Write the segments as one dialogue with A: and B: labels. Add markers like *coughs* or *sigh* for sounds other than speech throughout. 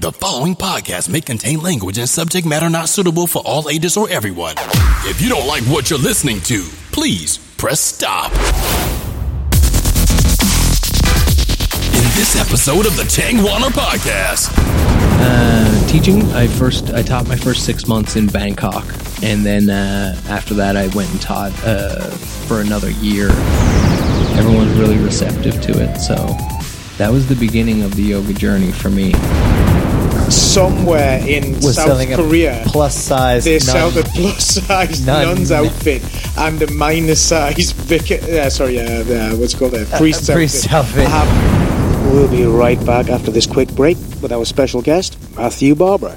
A: The following podcast may contain language and subject matter not suitable for all ages or everyone. If you don't like what you're listening to, please press stop. In this episode of the Chang Warner Podcast,
B: uh, teaching. I first I taught my first six months in Bangkok, and then uh, after that I went and taught uh, for another year. Everyone was really receptive to it, so that was the beginning of the yoga journey for me.
C: somewhere in
D: was
C: South
D: selling
C: Korea.
D: a plus size
C: they sell
D: nun.
C: the plus size
D: Nun.
C: nun's outfit and the minus size vicar. Uh, sorry, uh, uh, what's it called a priest's
D: priest's
C: outfit.
D: outfit.
C: Um, we'll be right back after this quick break with our special guest, Matthew Barber.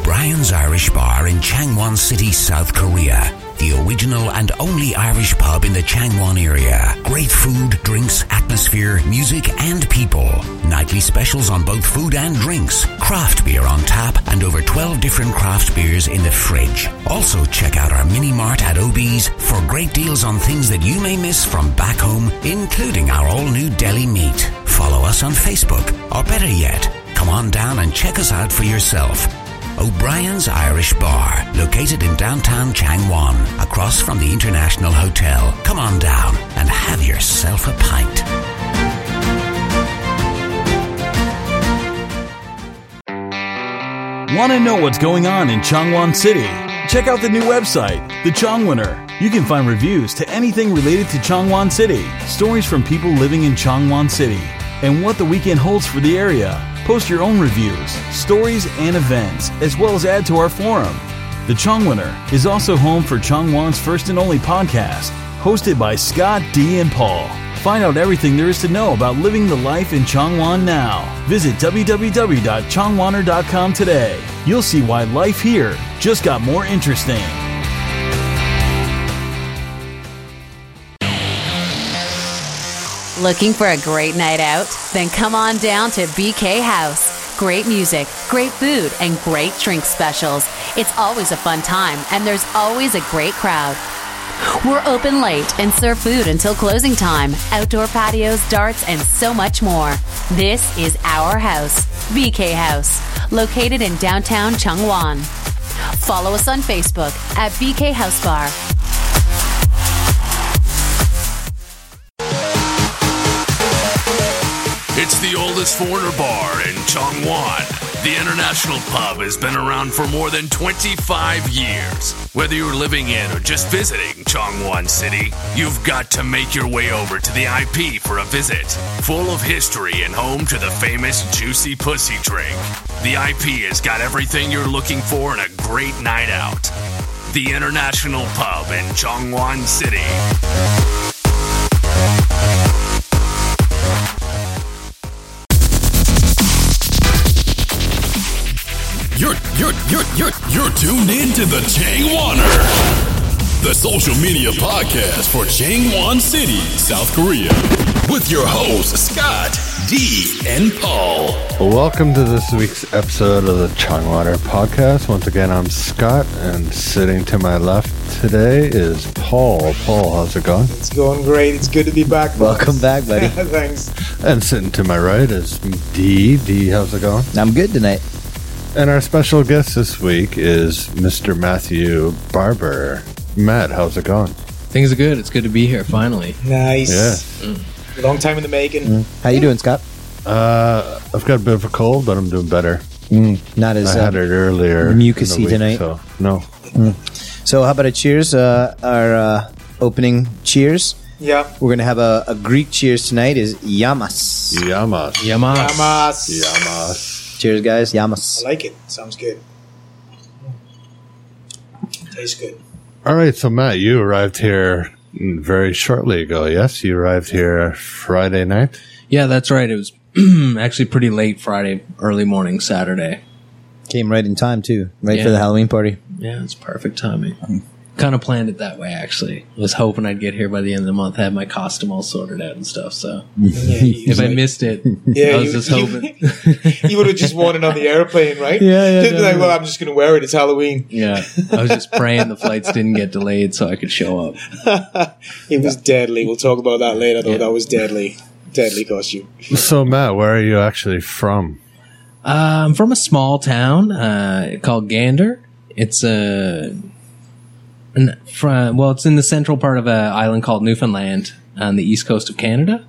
E: O'Brien's Irish Bar in Changwon City, South Korea. The original and only Irish pub in the Changwon area. Great food, drinks, atmosphere, music, and people. Nightly specials on both food and drinks. Craft beer on tap and over 12 different craft beers in the fridge. Also, check out our mini mart at OB's for great deals on things that you may miss from back home, including our all new deli meat. Follow us on Facebook, or better yet, come on down and check us out for yourself. O'Brien's Irish Bar, located in downtown Changwon, across from the International Hotel. Come on down and have yourself a pint.
F: Want to know what's going on in Changwon City? Check out the new website, The Changwinner. You can find reviews to anything related to Changwon City, stories from people living in Changwon City, and what the weekend holds for the area. Post your own reviews, stories, and events, as well as add to our forum. The Changwinner is also home for Changwon's first and only podcast, hosted by Scott D. and Paul. Find out everything there is to know about living the life in Changwon now. Visit www.changwaner.com today. You'll see why life here just got more interesting.
G: Looking for a great night out? Then come on down to BK House. Great music, great food, and great drink specials. It's always a fun time, and there's always a great crowd. We're open late and serve food until closing time, outdoor patios, darts, and so much more. This is our house, BK House, located in downtown Changwon. Follow us on Facebook at BK House Bar.
A: it's the oldest foreigner bar in Changwon. The International Pub has been around for more than 25 years. Whether you're living in or just visiting Changwon City, you've got to make your way over to the IP for a visit. Full of history and home to the famous Juicy Pussy drink, the IP has got everything you're looking for in a great night out. The International Pub in Changwon City. You're you're you're you're you're tuned in to the Chang Wanner, the social media podcast for Changwon City, South Korea, with your hosts Scott D and Paul.
H: Welcome to this week's episode of the Changwater Podcast. Once again, I'm Scott, and sitting to my left today is Paul. Paul, how's it going?
C: It's going great. It's good to be back.
D: Welcome back,
C: *laughs*
D: buddy.
C: Thanks.
H: And sitting to my right is Dee. Dee, how's it going?
D: I'm good tonight.
H: And our special guest this week is Mr. Matthew Barber. Matt, how's it going?
B: Things are good. It's good to be here finally.
C: Nice. Mm. Long time in the making.
D: How you doing, Scott?
H: Uh, I've got a bit of a cold, but I'm doing better.
D: Not as
H: I had
D: uh,
H: it earlier. in the
D: mucousy
H: week,
D: tonight?
H: So, no.
D: so. How about a cheers? Uh, our uh, opening cheers.
C: Yeah.
D: We're gonna have a, a Greek cheers tonight. Is yamas.
H: Yamas.
B: Yamas.
C: Yamas.
H: Yamas.
D: Cheers, guys.
C: I
D: Yamas.
C: like it. Sounds good. Tastes good.
H: All right, so Matt, you arrived here very shortly ago. Yes, you arrived here Friday night.
B: Yeah, that's right. It was *clears throat* actually pretty late Friday, early morning Saturday.
D: Came right in time too, right
B: Yeah.
D: for the Halloween party.
B: Yeah, it's perfect timing. Kind of planned it that way. Actually, was hoping I'd get here by the end of the month, have my costume all sorted out and stuff. So
C: Yeah, you-
B: if I missed it,
C: Yeah,
B: I was
C: you-
B: just hoping.
C: *laughs* you would have just worn it on the airplane,
B: *laughs*
C: right?
B: Yeah, yeah,
C: Just be like,
B: definitely.
C: well, I'm just going to wear it. It's Halloween.
B: Yeah, I was just praying the flights didn't get delayed so I could show up.
C: It was deadly. We'll talk about that later, though. That was deadly. Deadly costume.
H: So, Matt, where are you actually from?
B: Uh, I'm from a small town uh, called Gander. It's a an, from, well, it's in the central part of an island called Newfoundland on the east coast of Canada.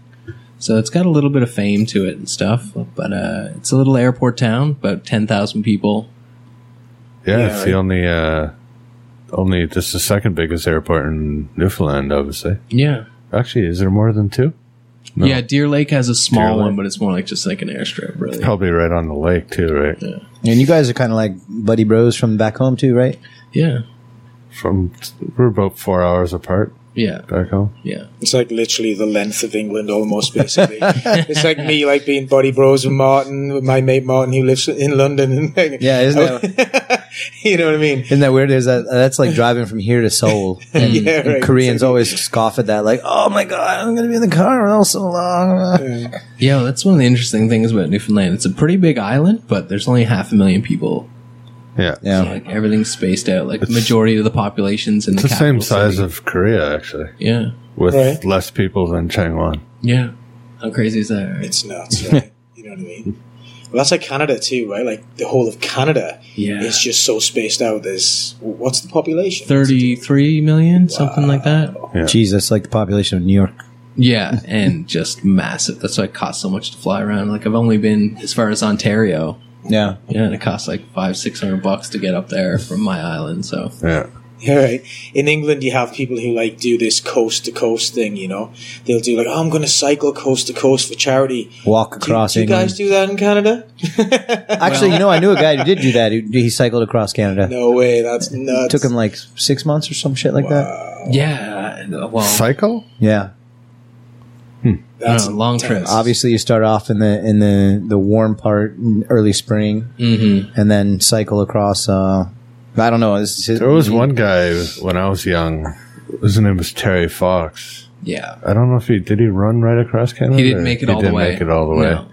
B: So it's got a little bit of fame to it and stuff. But uh, it's a little airport town, about ten thousand people.
H: Yeah, it's the only, uh, only this is the second biggest airport in Newfoundland, obviously.
B: Yeah,
H: Actually, is there more than two? No.
B: yeah. Deer Lake has a
H: Deer
B: small
H: Lake.
B: one, but it's more like just like an airstrip, really.
H: Probably right on the lake too, right?
D: And you guys are kind of like buddy bros from back home too, right?
B: Yeah,
H: From we're about four hours apart
B: yeah,
H: back home.
B: yeah.
C: It's like literally the length of England, almost
B: *laughs*
C: basically. it's like me, like being buddy bros with Martin, with my mate Martin, who lives in London. *laughs* oh,
D: Yeah, isn't that
C: you know what I mean?
D: isn't that weird? Is that that's like driving from here to Seoul? And,
C: Yeah,
D: and
C: right.
D: Koreans always scoff at that, like, "Oh my god, I'm gonna be in the car all so long."
B: Yeah, well, that's one of the interesting things about Newfoundland. It's a pretty big island, but there's only half a million people.
H: Yeah,
B: So,
D: Yeah,
B: like everything's spaced out. Like the majority of the population's in
H: it's
B: the,
H: the same
B: capital
H: size
B: city.
H: of Korea actually,
B: Yeah,
H: with
C: Right.
H: less people than Changwon.
B: yeah. How crazy is that? Right?
C: It's nuts,
B: *laughs*
C: right? you know what I mean? Well, that's like Canada too, right? Like the whole of Canada
B: Yeah.
C: is just so spaced out. There's what's the population?
B: Thirty-three million, something like that.
H: Yeah.
D: Jesus, like the population of New York.
B: Yeah, and just massive. That's why it costs so much to fly around. Like I've only been as far as Ontario.
D: Yeah,
B: Yeah, and it costs like five, six hundred bucks to get up there from my island. So
H: Yeah,
C: *laughs* Yeah, right. In England, you have people who like do this coast to coast thing. You know, they'll do like, oh, I'm going to cycle coast to coast for charity.
D: walk
C: Do,
D: across
C: do you
D: England.
C: guys do that in Canada?
D: Actually, you know, I knew a guy who did do
H: *laughs*
D: that. He, he cycled across Canada.
C: No way.
D: *laughs*
C: That's nuts.
D: Took him like six months or some shit like that.
B: yeah, well,
H: cycle.
D: Yeah,
B: I
C: That's
B: don't know, long trips.
D: obviously you start off in the in the the warm part, in early spring, and then cycle across. Uh, I don't know. This is his,
H: There was one guy when I was young. His name was Terry Fox.
B: Yeah,
H: I don't know if he did he run right across Canada.
B: he didn't
H: or-
B: make it
H: he
B: all the
H: didn't
B: way.
H: Make it all the way.
B: No.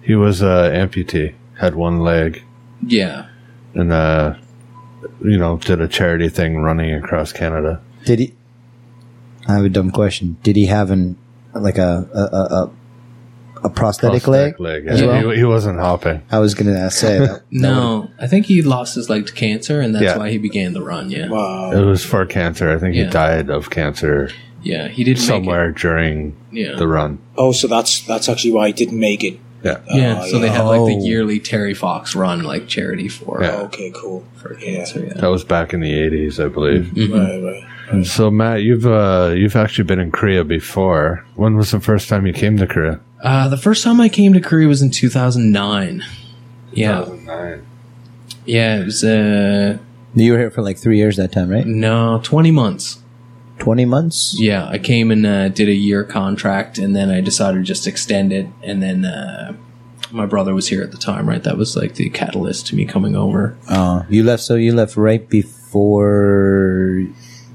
H: He was uh, amputee, had one leg,
B: Yeah,
H: and uh, you know did a charity thing running across Canada.
D: Did he? I have a dumb question. Did he have an like a a a, a, a prosthetic, leg?
H: Prosthetic
D: as
H: yeah.
D: well?
H: he, he wasn't hopping.
D: I was gonna say that.
B: No, I think he lost his leg to cancer, and that's
H: Yeah.
B: why he began the run. Yeah,
C: Wow.
H: It was for cancer. I think
B: Oh. Yeah.
H: he died of cancer
B: yeah, he did
H: somewhere during
B: Make it. Yeah,
H: the run.
C: Oh, so that's that's actually why he didn't make it.
H: Yeah.
B: yeah.
C: Oh,
B: so they
C: yeah.
B: had like the
D: Oh.
B: yearly Terry Fox run, like charity for
H: Yeah.
C: Okay, cool.
B: for
C: Yeah.
B: cancer. Yeah.
H: That was back in the eighties, I believe.
B: Mm-hmm.
C: Right, right.
H: And so Matt, you've uh, you've actually been in Korea before. When was the first time you came to Korea?
B: Uh, the first time I came to Korea was in 2009. Yeah,
H: 2009.
B: yeah, it was uh,
D: you were here for like three years that time,
B: Mm-hmm.
D: right?
B: no 20 months.
D: Twenty months.
B: Yeah, I came and uh, did a year contract, and then I decided to just extend it. And then uh, my brother was here at the time, right? That was like the catalyst to me coming over.
D: Uh, you left. So you left right before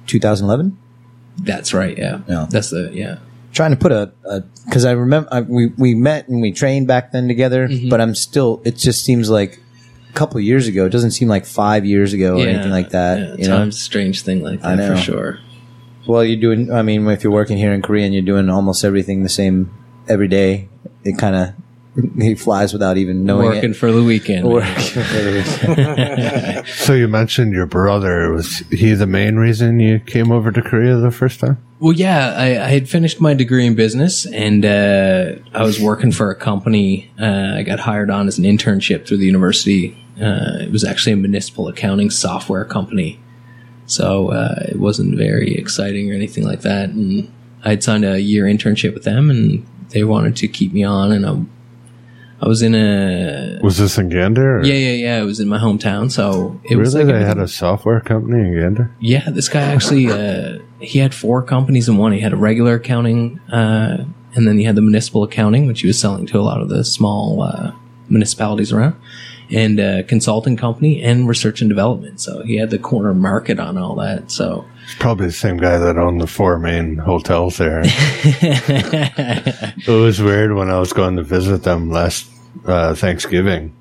D: 2011.
B: That's right. Yeah,
D: Yeah.
B: that's the yeah.
D: Trying to put a because I remember I, we we met and we trained back then together,
B: Mm-hmm.
D: but I'm still. It just seems like a couple years ago. It doesn't seem like five years ago or anything like that.
B: Yeah,
D: you know?
B: time's a strange thing like
D: I
B: that for
D: know.
B: sure.
D: Well, you're doing. I mean, if you're working here in Korea and you're doing almost everything the same every day, it kind *laughs* of he flies without even knowing
B: Working
D: it.
B: for the weekend. *laughs*
D: Working.
H: So you mentioned your brother. Was he the main reason you came over to Korea the first time?
B: Well, yeah, I, I had finished my degree in business, and uh, I was working for a company. Uh, I got hired on as an internship through the university. Uh, it was actually a municipal accounting software company, so uh, it wasn't very exciting or anything like that. And I had signed a year internship with them, and they wanted to keep me on, and I, I was in a
H: Was this in Gander? or-
B: yeah, yeah, yeah. It was in my hometown, so it was
H: Really,
B: like
H: they
B: everything-
H: had a software company in Gander.
B: yeah, this guy actually uh, he had four companies in one. He had a regular accounting, uh, and then he had the municipal accounting, which he was selling to a lot of the small uh, municipalities around, and a consulting company and research and development. So he had the corner market on all that. So
H: It's probably the same guy that owned the four main hotels there. it was weird when I was going to visit them last uh, Thanksgiving.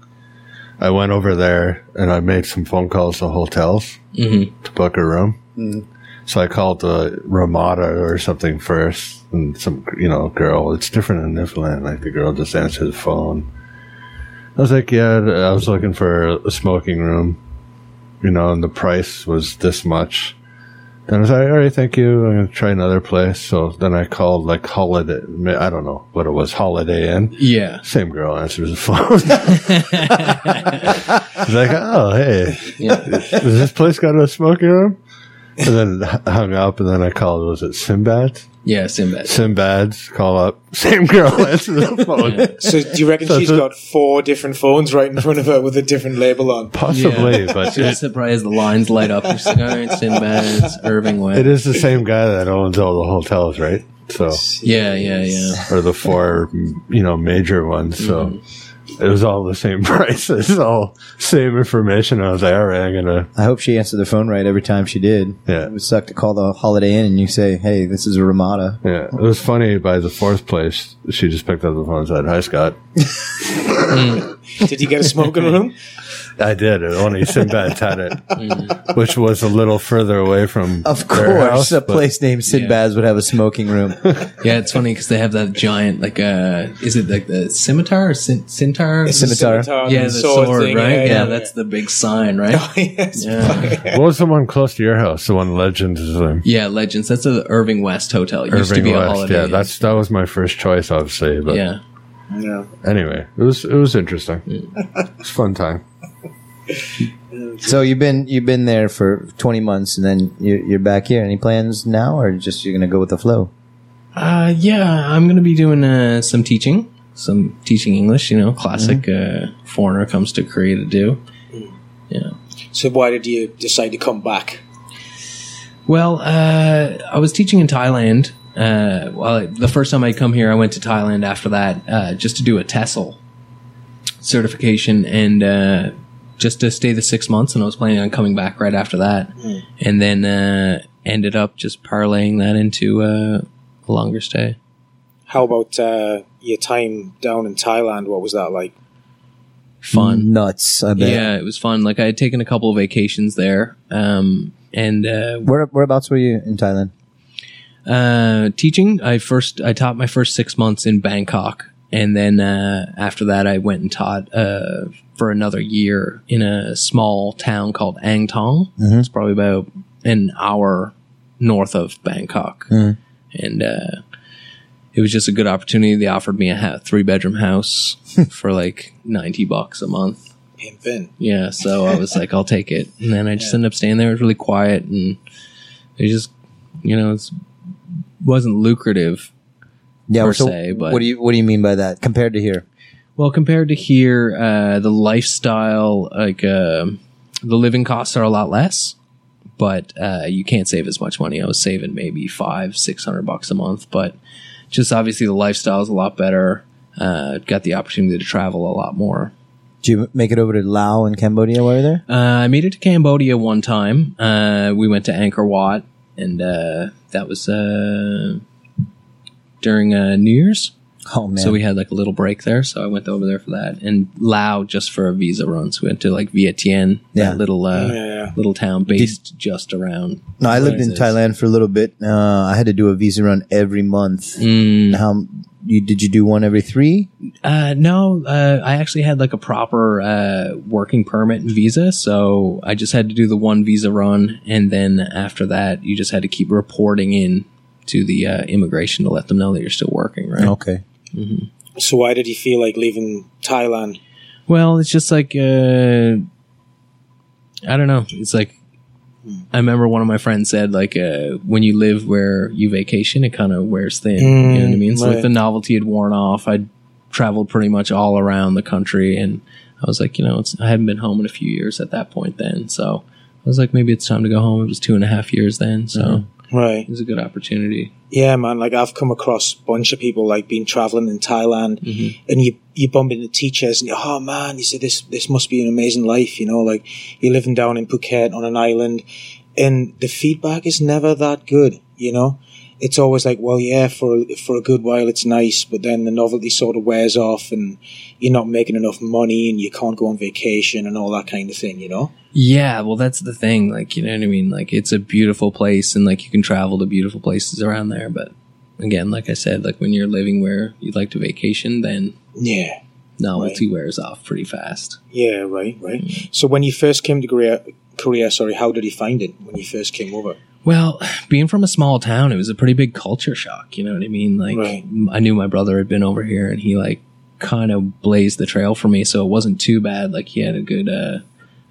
H: I went over there and I made some phone calls to hotels to book a room. So I called the Ramada or something first, and some you know girl. It's different in Newfoundland. Like the girl just answered the phone, I was like, yeah, I was looking for a smoking room, you know, and the price was this much. Then I was like, all right, thank you. I'm going to try another place. So then I called like Holiday, I don't know what it was, Holiday Inn.
B: Yeah.
H: Same girl answers the *laughs* phone. She's like, oh, hey, does this place got a smoking room? And then hung up, and then I called, was it Sinbad?
B: Yeah, Sinbad.
H: Sinbad's call up. *laughs* Same girl answers *laughs* the phone.
C: So do you reckon
H: So
C: she's
H: the-
C: got four different phones right in front of her with a different label on?
H: Possibly, but
B: Just
H: it,
B: surprised the lines light up. It's like, all right, Sinbad, it's Irving Way.
H: it is the same guy that owns all the hotels, right? So,
B: Yeah, yeah, yeah.
H: or the four, you know, major ones. So it was all the same *laughs* prices, all same information. I was like, all right, I'm gonna,
D: I hope she answered the phone right every time she did.
H: Yeah.
D: It would suck to call the Holiday Inn and you say, hey, this is a Ramada.
H: yeah. It was funny. By the fourth place, she just picked up the phone and said, "Hi, Scott."
C: Did you get a smoking room?
H: I did. It only Sinbad
B: *laughs*
H: had it, which was a little further away from.
D: Of
H: their
D: course,
H: house,
D: a
H: but-
D: place named Sinbad's would have a smoking
H: *laughs*
D: room.
B: Yeah, it's funny because they have that giant, like, uh, is it like the scimitar or cin- cintar?
D: *laughs* Scimitar.
C: Guitar,
B: Yeah, the sword,
C: thing,
B: right? Yeah, Oh,
D: yeah.
B: that's the big sign, *laughs* right?
C: yes.
B: Yeah.
H: What was the one close to your house? The one Legends is in.
B: yeah, Legends. That's the Irving West Hotel. It used to
H: Irving
B: be a
H: West.
B: holiday.
H: Yeah,
B: Inn.
H: that's that was my first choice, obviously. But
B: yeah.
C: Yeah.
H: anyway, it was it was interesting. *laughs* it's a fun time.
D: so you've been you've been there for 20 months and then you're, you're back here. Any plans now, or just you're gonna go with the flow?
B: Uh, yeah, I'm going to be doing uh, some teaching, some teaching English, you know, classic uh, foreigner comes to Korea to do. Yeah.
C: So why did you decide to come back?
B: Well, uh, I was teaching in Thailand. Uh, well, the first time I come here, I went to Thailand after that uh, just to do a TESOL certification and uh, just to stay the six months. And I was planning on coming back right after that, and then uh, ended up just parlaying that into uh, a longer stay.
C: How about uh, your time down in Thailand? What was that like?
B: Fun.
D: Nuts, I bet.
B: Yeah, it was fun. Like I had taken a couple of vacations there, um, and uh,
D: Where, whereabouts were you in Thailand?
B: uh, teaching. I first I taught my first six months in Bangkok, and then uh, after that, I went and taught uh, for another year in a small town called Ang Tong. It's probably about an hour north of Bangkok, and uh, it was just a good opportunity. They offered me a ha- three bedroom house for like ninety bucks a month.
C: Pin pin.
B: Yeah, so I was like, I'll take it. And then I just ended up staying there. It was really quiet and it just, you know, it wasn't lucrative.
D: Yeah,
B: Per se, but-
D: what do you what do you mean by that compared to here?
B: Well, compared to here, uh, the lifestyle, like uh, the living costs are a lot less, but uh, you can't save as much money. I was saving maybe five, six hundred bucks a month, but just obviously the lifestyle is a lot better. Uh, got the opportunity to travel a lot more.
D: Did you make it over to Laos and Cambodia while you were there?
B: Uh, I made it to Cambodia one time. Uh, we went to Angkor Wat, and uh, that was uh, during uh, New Year's.
D: Oh man,
B: So we had like a little break there. So I went over there for that, and Lao just for a visa run. So we went to like Vientiane,
D: Yeah.
B: that little uh,
C: Yeah.
B: little town based just around.
D: no, I lived in
B: places.
D: Thailand for a little bit. Uh, I had to do a visa run every month.
B: Mm,
D: How you did you do one every three?
B: uh, no, uh, I actually had like a proper uh, working permit and visa, so I just had to do the one visa run, and then after that, you just had to keep reporting in to the uh, immigration to let them know that you're still working, right?
D: Okay,
C: So why did you feel like leaving Thailand?
B: Well, it's just like uh, I don't know. It's like I remember one of my friends said like uh, when you live where you vacation, it kind of wears thin. you know what I mean? So like
C: right.
B: the novelty had worn off. I traveled pretty much all around the country, and I was like, you know, it's, I hadn't been home in a few years at that point. Then, so I was like, maybe it's time to go home. It was two and a half years then, so
C: Right.
B: it was a good opportunity.
C: Yeah, man. Like I've come across a bunch of people like been traveling in Thailand, and you you bump into teachers, and you, oh man, you say this this must be an amazing life, you know? Like you're living down in Phuket on an island, and the feedback is never that good, you know. It's always like, well, yeah, for a- for a good while it's nice, but then the novelty sort of wears off, and you're not making enough money, and you can't go on vacation, and all that kind of thing, you know.
B: Yeah, well, that's the thing. Like, you know what I mean? Like, it's a beautiful place, and like you can travel to beautiful places around there. But again, like I said, like when you're living where you'd like to vacation, then
C: Yeah,
B: novelty wears off pretty fast.
C: Yeah, right, right.
D: Mm.
C: So when you first came to Korea, Korea, sorry, how did you find it when you first came over?
B: Well, *sighs* being from a small town, it was a pretty big culture shock. You know what I mean? Like,
C: Right.
B: m- I knew my brother had been over here, and he like kind of blazed the trail for me, so it wasn't too bad. Like, he had a good uh,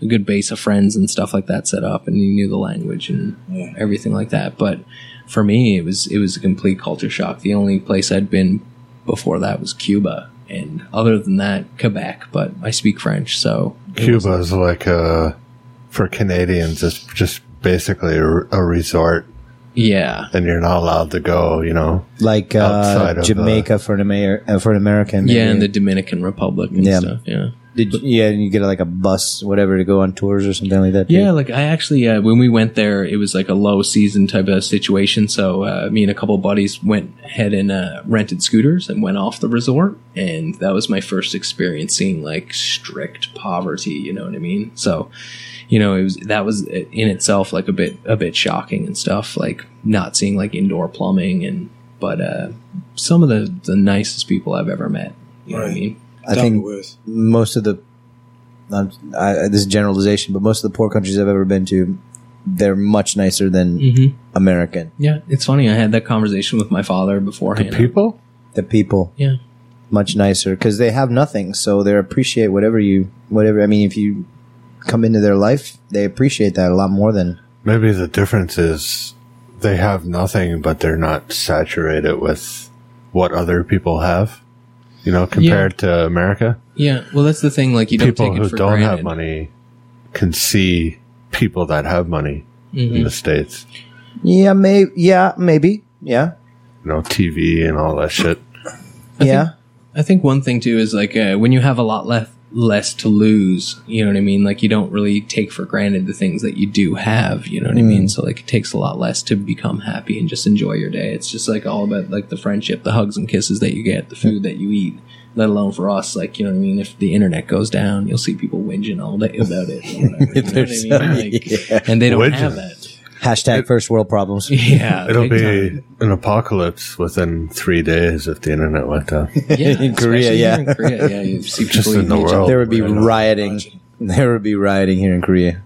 B: a good base of friends and stuff like that set up, and he knew the language and everything like that. But for me, it was it was a complete culture shock. The only place I'd been before that was Cuba, and other than that, Quebec. But I speak French, so
H: Cuba is like a for Canadians. It's just basically a, a resort,
B: yeah,
H: and you're not allowed to go. You know,
D: like
H: Outside
D: uh,
H: of
D: Jamaica for an Amer- uh, for an American.
B: yeah, and the
D: maybe.
B: Dominican Republic and
D: Yeah.
B: stuff, yeah.
D: Did you- yeah, and you get like a bus, whatever, to go on tours or something like that.
B: Yeah,
D: dude?
B: like I actually uh, when we went there, it was like a low season type of situation. So uh, me and a couple of buddies went ahead and uh, rented scooters and went off the resort, and that was my first experience seeing like strict poverty. You know what I mean? So you know, it was that was uh, in itself like a bit a bit shocking and stuff. Like not seeing like indoor plumbing and but uh, some of the the nicest people I've ever met. You know what I
C: Right.
B: mean?
D: I think
C: Leavenworth.
D: most of the I'm, I, this is generalization, but most of the poor countries I've ever been to, they're much nicer than
B: Mm-hmm.
D: American.
B: Yeah, it's funny. I had that conversation with my father beforehand.
H: people.
D: The people
B: yeah.
D: much nicer because they have nothing, so they appreciate whatever you whatever. I mean, if you come into their life, they appreciate that a lot more than
H: Maybe the difference is they have nothing, but they're not saturated with what other people have. You know, compared to America,
B: Yeah, well, that's the thing. Like you don't
H: people
B: take it
H: who
B: for
H: don't
B: granted.
H: have money can see people that have money
B: Mm-hmm.
H: in the states.
D: yeah, may yeah, maybe yeah,
H: You know, TV and all
B: *laughs*
H: that shit.
D: yeah.
B: I think one thing too is like uh, when you have a lot left less to lose. You know what I mean? Like you don't really take for granted the things that you do have. You know what I
H: Mm.
B: mean? So like it takes a lot less to become happy and just enjoy your day. It's just like all about like the friendship, the hugs and kisses that you get, the food that you eat. Let alone for us, like you know what I mean. If the internet goes down, you'll see people whinging all day about it. Or
H: *laughs*
B: whatever, you know what I mean? Like, And they don't have
H: Whinging.
B: that. *laughs*
D: Hashtag first world problems.
B: Yeah,
H: It'll
B: big
H: be
B: time.
H: an apocalypse within three days if the internet
B: *laughs*
H: went down.
B: yeah,
D: in Korea,
B: especially
D: yeah.
B: here in Korea, yeah. You see
H: Just
B: people
H: in the
B: eating each
H: world.
D: There would be
H: Right on.
D: rioting. There would be rioting here in Korea.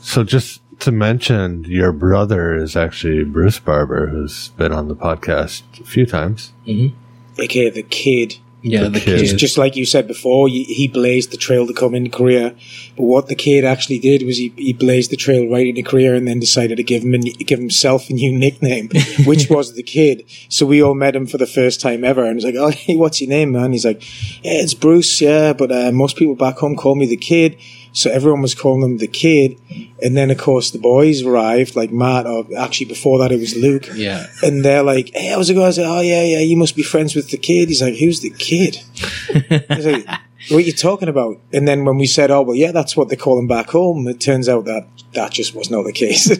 H: So just to mention, your brother is actually Bruce Barber, who's been on the podcast a few times.
C: aka the kid.
B: Yeah, the,
H: kid.
B: kids.
H: It's
C: Just like you said before, y- he blazed the trail to come into Korea. But what the kid actually did was he, he blazed the trail right into Korea and then decided to give him a, n- give himself a new *laughs* nickname, which was the kid. So we all met him for the first time ever, and it's like, "Oh, *laughs* hey, what's your name, man?" He's like, "Yeah, it's Bruce. Yeah, but uh, most people back home call me the kid." So everyone was calling him the kid, and then of course the boys arrived, like Matt, or actually before that it was Luke.
B: yeah,
C: And they're like, hey, how's it going? I said, oh, yeah, yeah, you must be friends with the kid. He's like, who's the kid? I was like, what are you talking about? And then when we said, oh, well, yeah, that's what they call him back home, it turns out that that just was not the case. *laughs*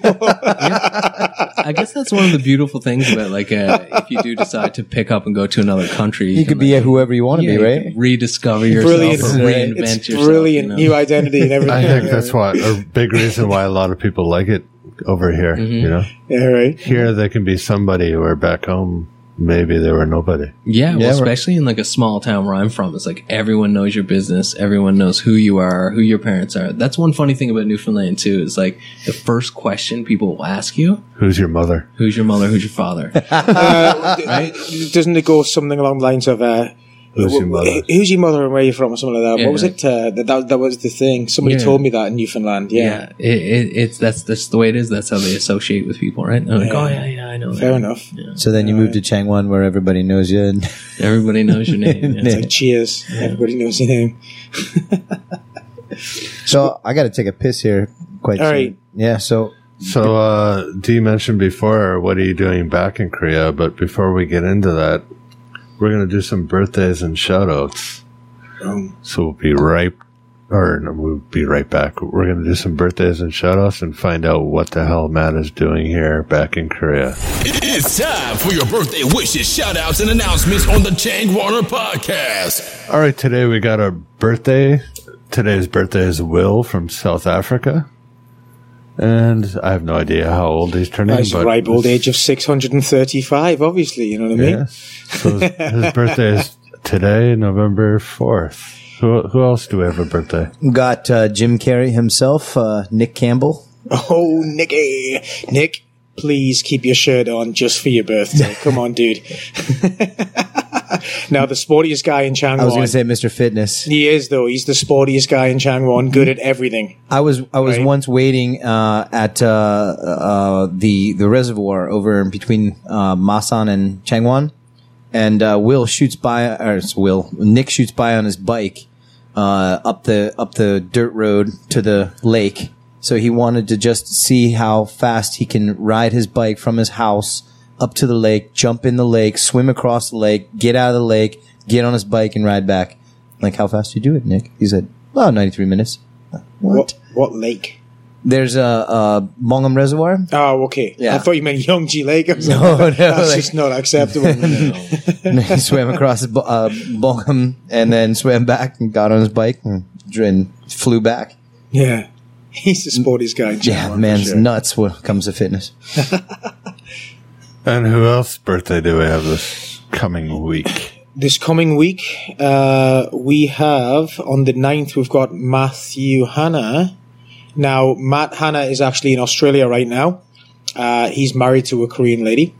B: I guess that's one of the beautiful things about like uh, if you do decide to pick up and go to another country,
D: You could be a whoever you want to
B: yeah,
D: be,
B: you
D: right?
B: can rediscover yourself,
C: brilliant.
B: or reinvent
C: It's
B: yourself.
C: brilliant.
B: you know?
C: New identity and everything.
H: I think
C: Yeah,
H: that's why a big reason why a lot of people like it over here. You know,
C: Yeah, right.
H: here they can be somebody, where back home maybe they were nobody.
B: yeah, well,
D: Yeah, right.
B: especially in like a small town where I'm from, it's like everyone knows your business, everyone knows who you are, who your parents are. That's one funny thing about Newfoundland too is like the first question people will ask you,
H: Who's your mother?
B: "Who's your mother? Who's your father?"
C: Doesn't it go something along the lines of, uh,
H: Who's your mother?
C: wh- Who's your mother and where you from, or something like that?
B: Yeah,
C: what was
B: right.
C: it? Uh, that, that that was the thing. Somebody
B: Yeah.
C: told me that in Newfoundland. Yeah,
B: yeah, it, it, it's that's that's the way it is. That's how they associate with people, right? And I'm like,
C: Yeah.
B: oh yeah, yeah, I know. that.
C: fair enough.
D: So then you move to Changwon where everybody knows you. *laughs* And
B: Everybody knows your *laughs* name. yeah. It's like,
C: Like, cheers! Everybody knows your name.
D: so I got to take a piss here quite
C: All
D: soon.
C: right.
D: Yeah, so
H: So, uh, D mentioned before, what are you doing back in Korea? But before we get into that, we're going to do some birthdays and shout outs.
C: Um,
H: So we'll be right, or no, we'll be right back. We're going to do some birthdays and shout outs and find out what the hell Matt is doing here back in Korea.
A: It's time for your birthday wishes, shout outs, and announcements on the Chang Warner Podcast.
H: All right, today we got a birthday. Today's birthday is Will from South Africa. And I have no idea how old he's turning.
C: Nice
H: but
C: ripe old
H: it's-
C: age of 635, obviously, you know what I mean?
H: Yes. So his, his birthday is today, November 4th. Who, who else do we have a birthday?
D: Got uh, Jim Carrey himself, uh, Nick Campbell.
C: *laughs* Oh, Nicky. Nick, please keep your shirt on just for your
D: *laughs*
C: birthday. Come on, dude. *laughs* now, the sportiest guy in Changwon.
D: I
H: Oh,
D: was going to say Mr. Fitness.
C: He is, though. He's the sportiest guy in Changwon, good at everything.
D: I was I was
C: Right.
D: once waiting uh, at uh, uh, the the reservoir over in between uh, Masan and Changwon, and uh, Will shoots by, or it's Will Nick shoots by on his bike uh, up the up the dirt road to the lake. So he wanted to just see how fast he can ride his bike from his house up to the lake, jump in the lake, swim across the lake, get out of the lake, get on his bike, and ride back. Like how fast do you do it, Nick? He said, "Well, ninety three minutes."
C: What? What lake?
D: There's a, a Mongum Reservoir.
C: Oh, okay.
D: Yeah.
C: I thought you meant Yongji Lake. I was like,
D: *laughs* No, no,
C: That's
D: like-
C: just not acceptable.
D: *laughs* And he swam across Bo- uh, Mongum and then swam back and got on his bike and, and flew back.
C: yeah. He's the sportiest guy in Changwon.
D: Yeah,
C: for
D: man's
C: sure.
D: nuts when it comes to fitness.
H: And who else's birthday do we have this coming week?
C: This coming week, uh, we have on the 9th, we've got Matthew Hanna. Now, Matt Hanna is actually in Australia right now. Uh, he's married to a Korean lady,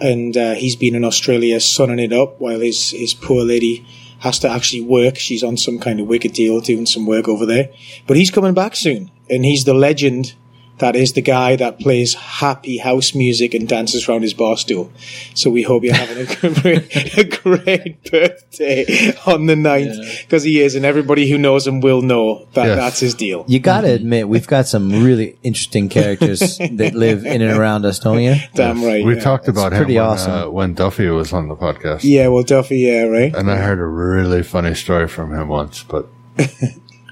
C: and uh, he's been in Australia sunning it up while his, his poor lady has to actually work. She's on some kind of wicked deal doing some work over there. But he's coming back soon, and he's the legend that is the guy that plays happy house music and dances around his bar stool. So we hope you're having a *laughs* great, a great birthday on the 9th because he is, and everybody who knows him will know that
H: Yes.
C: that's his deal.
D: You got to admit, we've got some really interesting characters that live in and around us, don't you?
C: Damn right.
H: we
C: yeah.
H: talked about him
D: pretty
H: when,
D: awesome.
H: uh, when Duffy was on the podcast.
C: Yeah, well, Duffy, yeah, right?
H: And I heard a really funny story from him once, but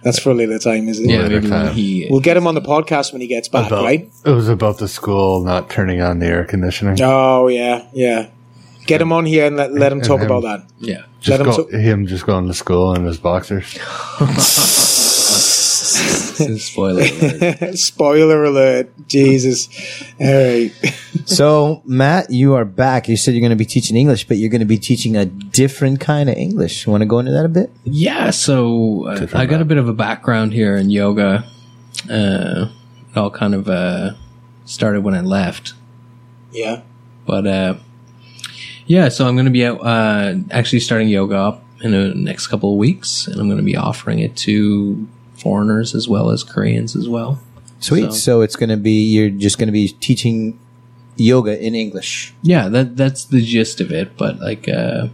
C: That's for a little time, isn't it?
B: Yeah,
H: Later
B: maybe when
H: time.
B: he.
C: We'll get him on the podcast when he gets back,
H: about-
C: right?
H: it was about the school not turning on the air conditioning.
C: Oh, yeah, yeah. Get him on here and let, let him talk about that.
B: Yeah.
H: just
C: let him
H: go- him just going to school in his boxers.
B: *laughs* Spoiler alert.
C: *laughs* Spoiler alert. Jesus. All right.
D: So, Matt, you are back. You said you're going to be teaching English, but you're going to be teaching a different kind of English. You want to go into that a bit?
B: Yeah, so uh, I got a bit of a background here in yoga. Uh, it all kind of uh, started when I left.
C: Yeah.
B: But uh, yeah, so I'm going to be out, uh, actually starting yoga up in the next couple of weeks, and I'm going to be offering it to foreigners as well as Koreans as well.
D: Sweet.
B: So-
D: So, it's going to be, you're just going to be teaching yoga in English.
B: Yeah, that that's the gist of it. But like, uh,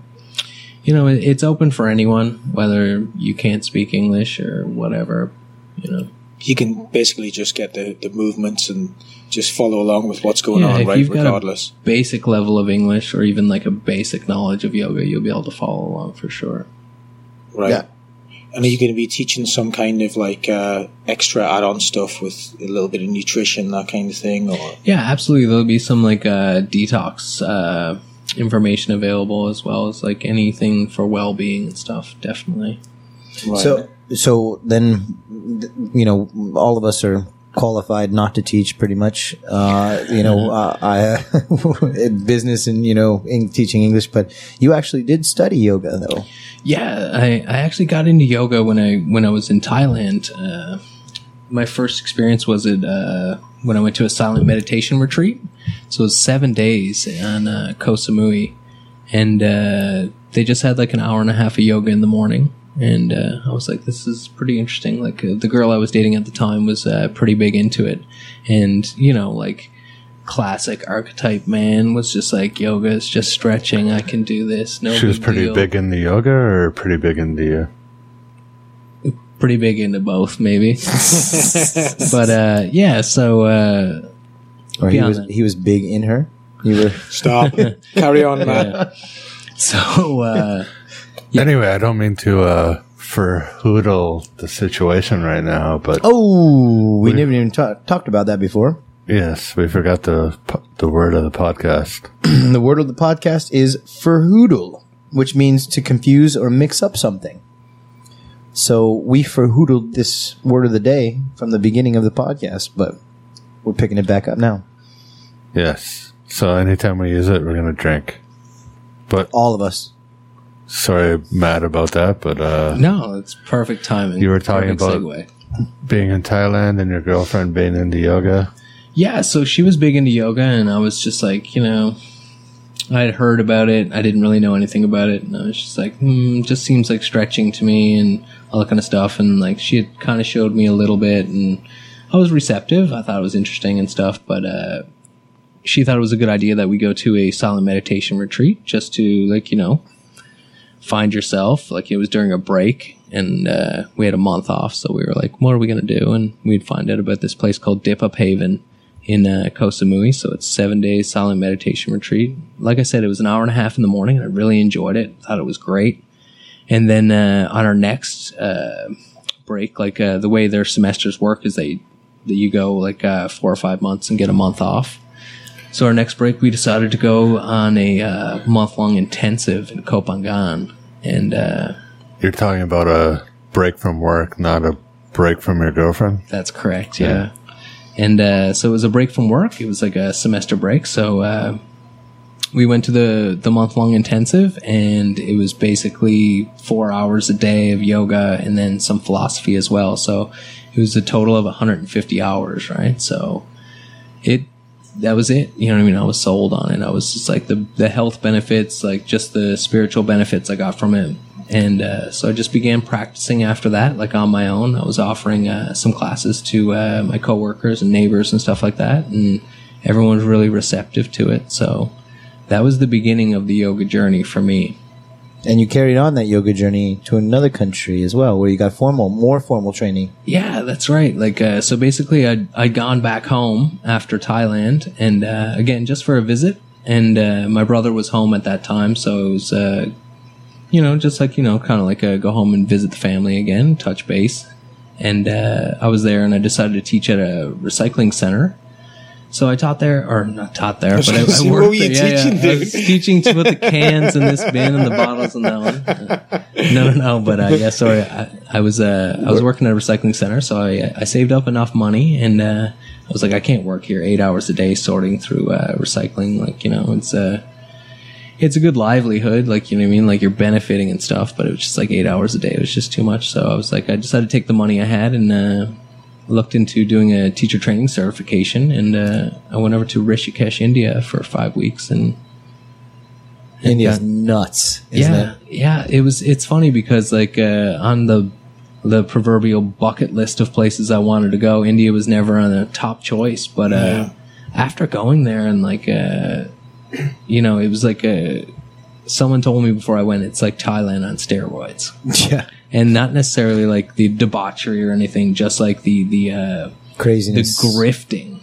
B: you know, it, it's open for anyone, whether you can't speak English or whatever. You know,
C: You can basically just get the, the movements and just follow along with what's going
B: Yeah,
C: on,
B: if
C: right?
B: you've got a-
C: Regardless.
B: basic level of English or even like a basic knowledge of yoga, you'll be able to follow along for sure.
C: right?
D: Yeah.
C: And are you going to be teaching some kind of like uh, extra add-on stuff with a little bit of nutrition, that kind of thing, or
B: Yeah, absolutely. There'll be some like uh, detox uh, information available as well as like anything for well being and stuff. Definitely.
C: Right.
D: So, so then, th- you know, all of us are qualified not to teach pretty much, uh, you know, uh, I, *laughs* in business and, you know, in teaching English, but you actually did study yoga though.
B: Yeah, I, I actually got into yoga when I when I was in Thailand. Uh, my first experience was at uh, when I went to a silent meditation retreat. So it was seven days on uh, Koh Samui, and uh, they just had like an hour and a half of yoga in the morning. And uh, I was like, this is pretty interesting. Like uh, the girl I was dating at the time was uh, pretty big into it, and you know, like classic archetype man was just like yoga is just stretching. I can do this. No,
H: She was
B: big
H: pretty
B: deal."
H: big in the yoga or pretty big in the. Uh,
B: pretty big into both, maybe. but uh, yeah, so uh, *laughs*
D: Or he
B: Beyond
D: was,
B: that.
D: he was big in her. You were,
C: stop, carry on, man.
B: so uh,
H: Anyway, I don't mean to uh, verhoodle the situation right now, but
D: oh, we never even ta- talked about that before.
H: yes, we forgot the po- the word of the podcast.
D: And the word of the podcast is verhoodle, which means to confuse or mix up something. So we verhoodled this word of the day from the beginning of the podcast, but we're picking it back up now.
H: Yes. So anytime we use it, we're gonna drink. But
D: All of us.
H: Sorry, I'm mad about that, but uh,
B: No, it's perfect timing.
H: You were talking
B: perfect
H: about-
B: segue.
H: being in Thailand and your girlfriend being into yoga.
B: Yeah, so she was big into yoga, and I was just like, you know, I had heard about it. I didn't really know anything about it, and I was just like, hmm, just seems like stretching to me, and all that kind of stuff. And like, she had kind of showed me a little bit, and I was receptive. I thought it was interesting and stuff, but uh, she thought it was a good idea that we go to a silent meditation retreat just to like, you know, find yourself. Like it was during a break and uh, we had a month off, so we were like, what are we gonna do? And we'd find out about this place called Dip Up Haven in uh, Koh Samui. So it's seven days silent meditation retreat. Like I said, it was an hour and a half in the morning, and I really enjoyed it. Thought it was great. And then uh, on our next uh, break, like uh, the way their semesters work is they that you go like uh, four or five months and get a month off. So our next break, we decided to go on a uh, month-long intensive in Kopangan, and uh,
H: You're talking about a break from work, not a break from your girlfriend.
B: That's correct. Yeah. And uh, so it was a break from work. It was like a semester break. So uh, we went to the the month long intensive, and it was basically four hours a day of yoga and then some philosophy as well. So it was a total of 150 hours, right? So it that was it. You know what I mean? I was sold on it. I was just like the the health benefits, like just the spiritual benefits I got from it. And uh, so I just began practicing after that, like on my own. I was offering uh, some classes to uh, my coworkers and neighbors and stuff like that, and everyone was really receptive to it. So that was the beginning of the yoga journey for me.
D: And you carried on that yoga journey to another country as well, where you got formal, more formal training.
B: Yeah, that's right. Like, uh, so basically, I'd, I'd gone back home after Thailand, and uh, again, just for a visit. And uh, my brother was home at that time, so it was, uh, you know, just like, you know, kind of like a go home and visit the family again, touch base. And uh, I was there, and I decided to teach at a recycling center. So I taught there, or not taught there, but I,
C: *laughs* gonna
B: I
C: say, what
B: worked
C: were you
B: there. Yeah, yeah.
C: teaching,
B: I was
C: dude?
B: teaching to put the cans in this bin and the bottles in that one. No, no, no. But uh, yeah, sorry. I, I was uh, I was working at a recycling center, so I I saved up enough money, and uh, I was like, I can't work here eight hours a day sorting through uh, recycling. Like you know, it's uh, it's a good livelihood. Like you know what I mean. Like you're benefiting and stuff, but it was just like eight hours a day. It was just too much. So I was like, I decided to take the money I had and. Uh, Looked into doing a teacher training certification, and uh, I went over to Rishikesh, India, for five weeks, and
D: India's nuts, isn't
B: yeah,
D: it?
B: yeah. It was. It's funny because like uh, on the the proverbial bucket list of places I wanted to go, India was never on the top choice. But uh, after going there and like, uh, you know, it was like a. Someone told me before I went, it's like Thailand on steroids,
D: *laughs* Yeah.
B: and not necessarily like the debauchery or anything, just like the the uh, the
D: Craziness.
B: grifting.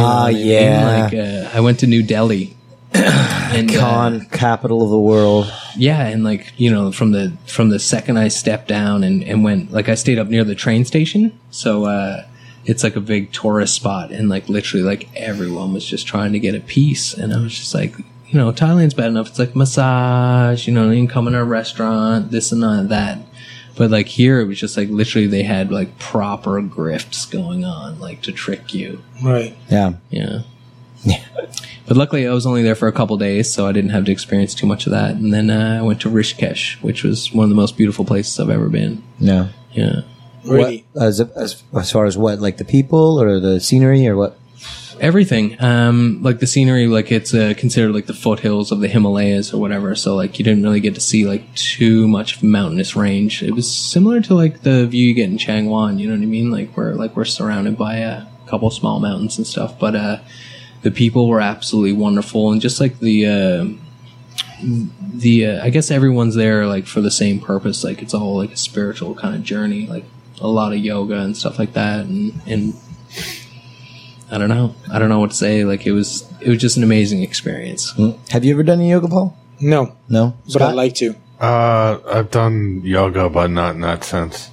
B: you know what I mean?
D: yeah.
B: Like uh, I went to New
D: *coughs*
B: Delhi. and, uh,
D: Con capital of the world.
B: yeah and like you know from the from the second i stepped down and and went like i stayed up near the train station so uh it's like a big tourist spot and like literally like everyone was just trying to get a piece and i was just like you know thailand's bad enough it's like massage you know you can come in a restaurant this and that, that but like here it was just like literally they had like proper grifts going on like to trick you
C: Right.
D: Yeah.
B: yeah. But luckily, I was only there for a couple days, so I didn't have to experience too much of that. And then uh, I went to Rishikesh, which was one of the most beautiful places I've ever been.
D: No.
B: Yeah.
C: Really.
D: What, as, as, as far as what, like the people or the scenery or what?
B: Everything. Um, like the scenery, like it's uh, considered like the foothills of the Himalayas or whatever. So, like, you didn't really get to see like too much of mountainous range. It was similar to like the view you get in Changwon, you know what I mean? Like, we're, like, we're surrounded by a couple small mountains and stuff. But uh, the people were absolutely wonderful. And just like the. Uh, the uh, I guess everyone's there like for the same purpose. Like it's all like a spiritual kind of journey, like a lot of yoga and stuff like that. And and I don't know, I don't know what to say. Like it was it was just an amazing experience.
D: Mm. Have you ever done a yoga pole?
C: No,
D: No.
C: but I'd like to.
H: Uh, I've done yoga, but not in that sense.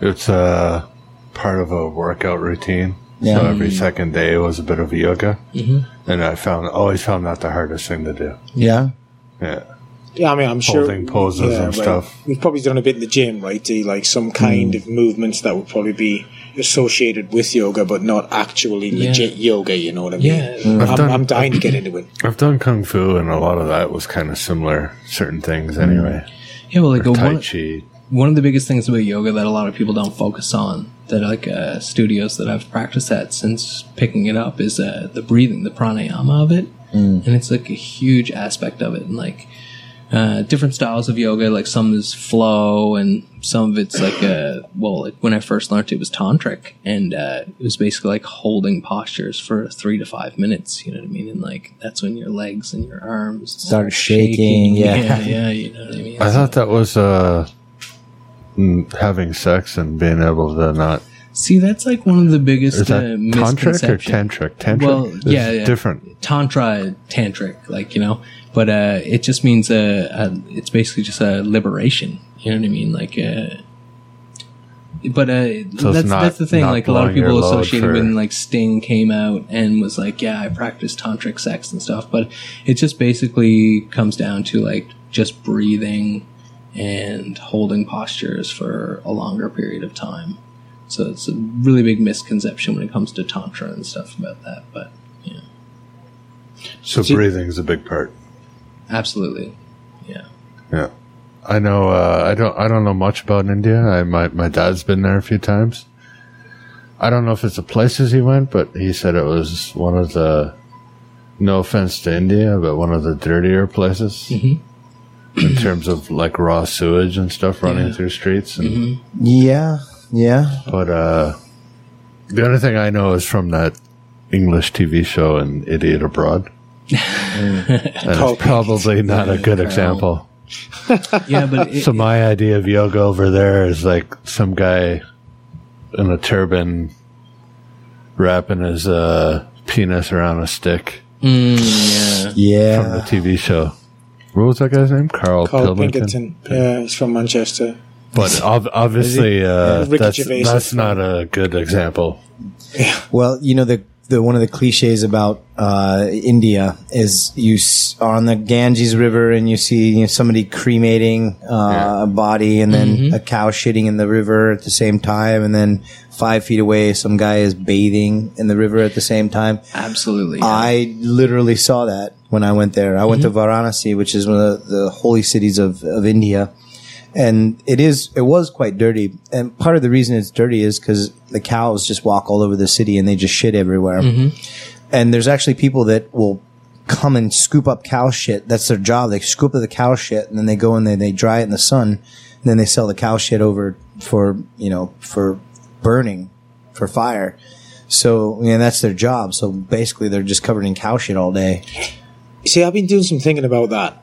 H: It's uh, part of a workout routine. So
D: Yeah.
H: every second day was a bit of yoga, mm-hmm. and I found always found that the hardest thing to do.
D: Yeah.
H: Yeah,
C: Yeah, I mean, I'm sure
H: Holding poses and
C: right.
H: stuff.
C: We've probably done a bit in the gym, right? Do like some kind of movements that would probably be associated with yoga, but not actually legit yoga. You know what I mean?
B: Yeah. Mm.
C: I'm,
H: done-
C: I'm dying to get into it.
H: I've done kung fu, and a lot of that was kind of similar. Certain things, anyway.
B: Yeah, well, Mm. like a
H: Tai
B: one,
H: chi.
B: one of the biggest things about yoga that a lot of people don't focus on that like uh, studios that I've practiced at since picking it up is uh, the breathing, the pranayama of it,
D: Mm.
B: and it's like a huge aspect of it, and like uh, different styles of yoga, like some is flow and some of it's like uh well, like when I first learned it was tantric, and uh, it was basically like holding postures for three to five minutes. You know what I mean? And like that's when your legs and your arms
D: Start shaking, yeah.
B: yeah, yeah. You know what I mean?
H: I thought that was uh, mm, having sex and being able to not.
B: See, that's like one of the biggest
H: Is that
B: uh,
H: tantric or
B: misconceptions.
H: tantric? Tantric
B: Well,
H: is
B: yeah, yeah.
H: different.
B: tantra tantric like you know but uh it just means uh, uh it's basically just a liberation you know what i mean like uh but uh
H: it's
B: that's
H: not-
B: that's the thing
H: not
B: like a lot of
H: blowing your
B: people
H: load
B: associated
H: for-
B: with like sting came out and was like yeah i practice tantric sex and stuff but it just basically comes down to like just breathing and holding postures for a longer period of time so it's a really big misconception when it comes to tantra and stuff about that but yeah
H: So breathing's a big part.
B: Absolutely. Yeah.
H: Yeah, I know. Uh, I don't. I don't know much about India. I my my dad's been there a few times. I don't know if it's the places he went, but he said it was one of the. No offense to India, but one of the dirtier places
B: Mm-hmm.
H: in terms of like raw sewage and stuff running through streets. And,
B: Mm-hmm.
D: Yeah, yeah.
H: But uh, the only thing I know is from that English TV show, An Idiot Abroad. and
C: Oh,
H: it's probably not a good example.
B: Yeah, but
H: *laughs*
B: it,
H: So my idea of yoga over there is like some guy in a turban wrapping his uh, penis around a stick
D: Yeah.
H: from the TV show. What was that guy's name? Carl,
C: Carl
H: Pilkington.
C: Pinkerton, yeah, he's from Manchester.
H: But ob- obviously, uh,
C: Ricky
H: that's,
C: Gervais
H: that's
C: is-
H: not a good example.
D: Well, you know the the one of the cliches about uh, India is you s- are on the Ganges River and you see you know, somebody cremating uh, a body and then a cow shitting in the river at the same time, and then five feet away some guy is bathing in the river at the same time.
B: absolutely. yeah. Mm-hmm.
D: I literally saw that when I went there. I went to Varanasi, which is one of the holy cities of, of India. And it is, it was quite dirty. And part of the reason it's dirty is because the cows just walk all over the city and they just shit everywhere.
B: Mm-hmm.
D: And there's actually people that will come and scoop up cow shit. That's their job. They scoop up the cow shit and then they go and they, they dry it in the sun. And then they sell the cow shit over for, you know, for burning, for fire. So yeah, that's their job. So basically, they're just covered in cow shit all day.
C: See, I've been doing some thinking about that,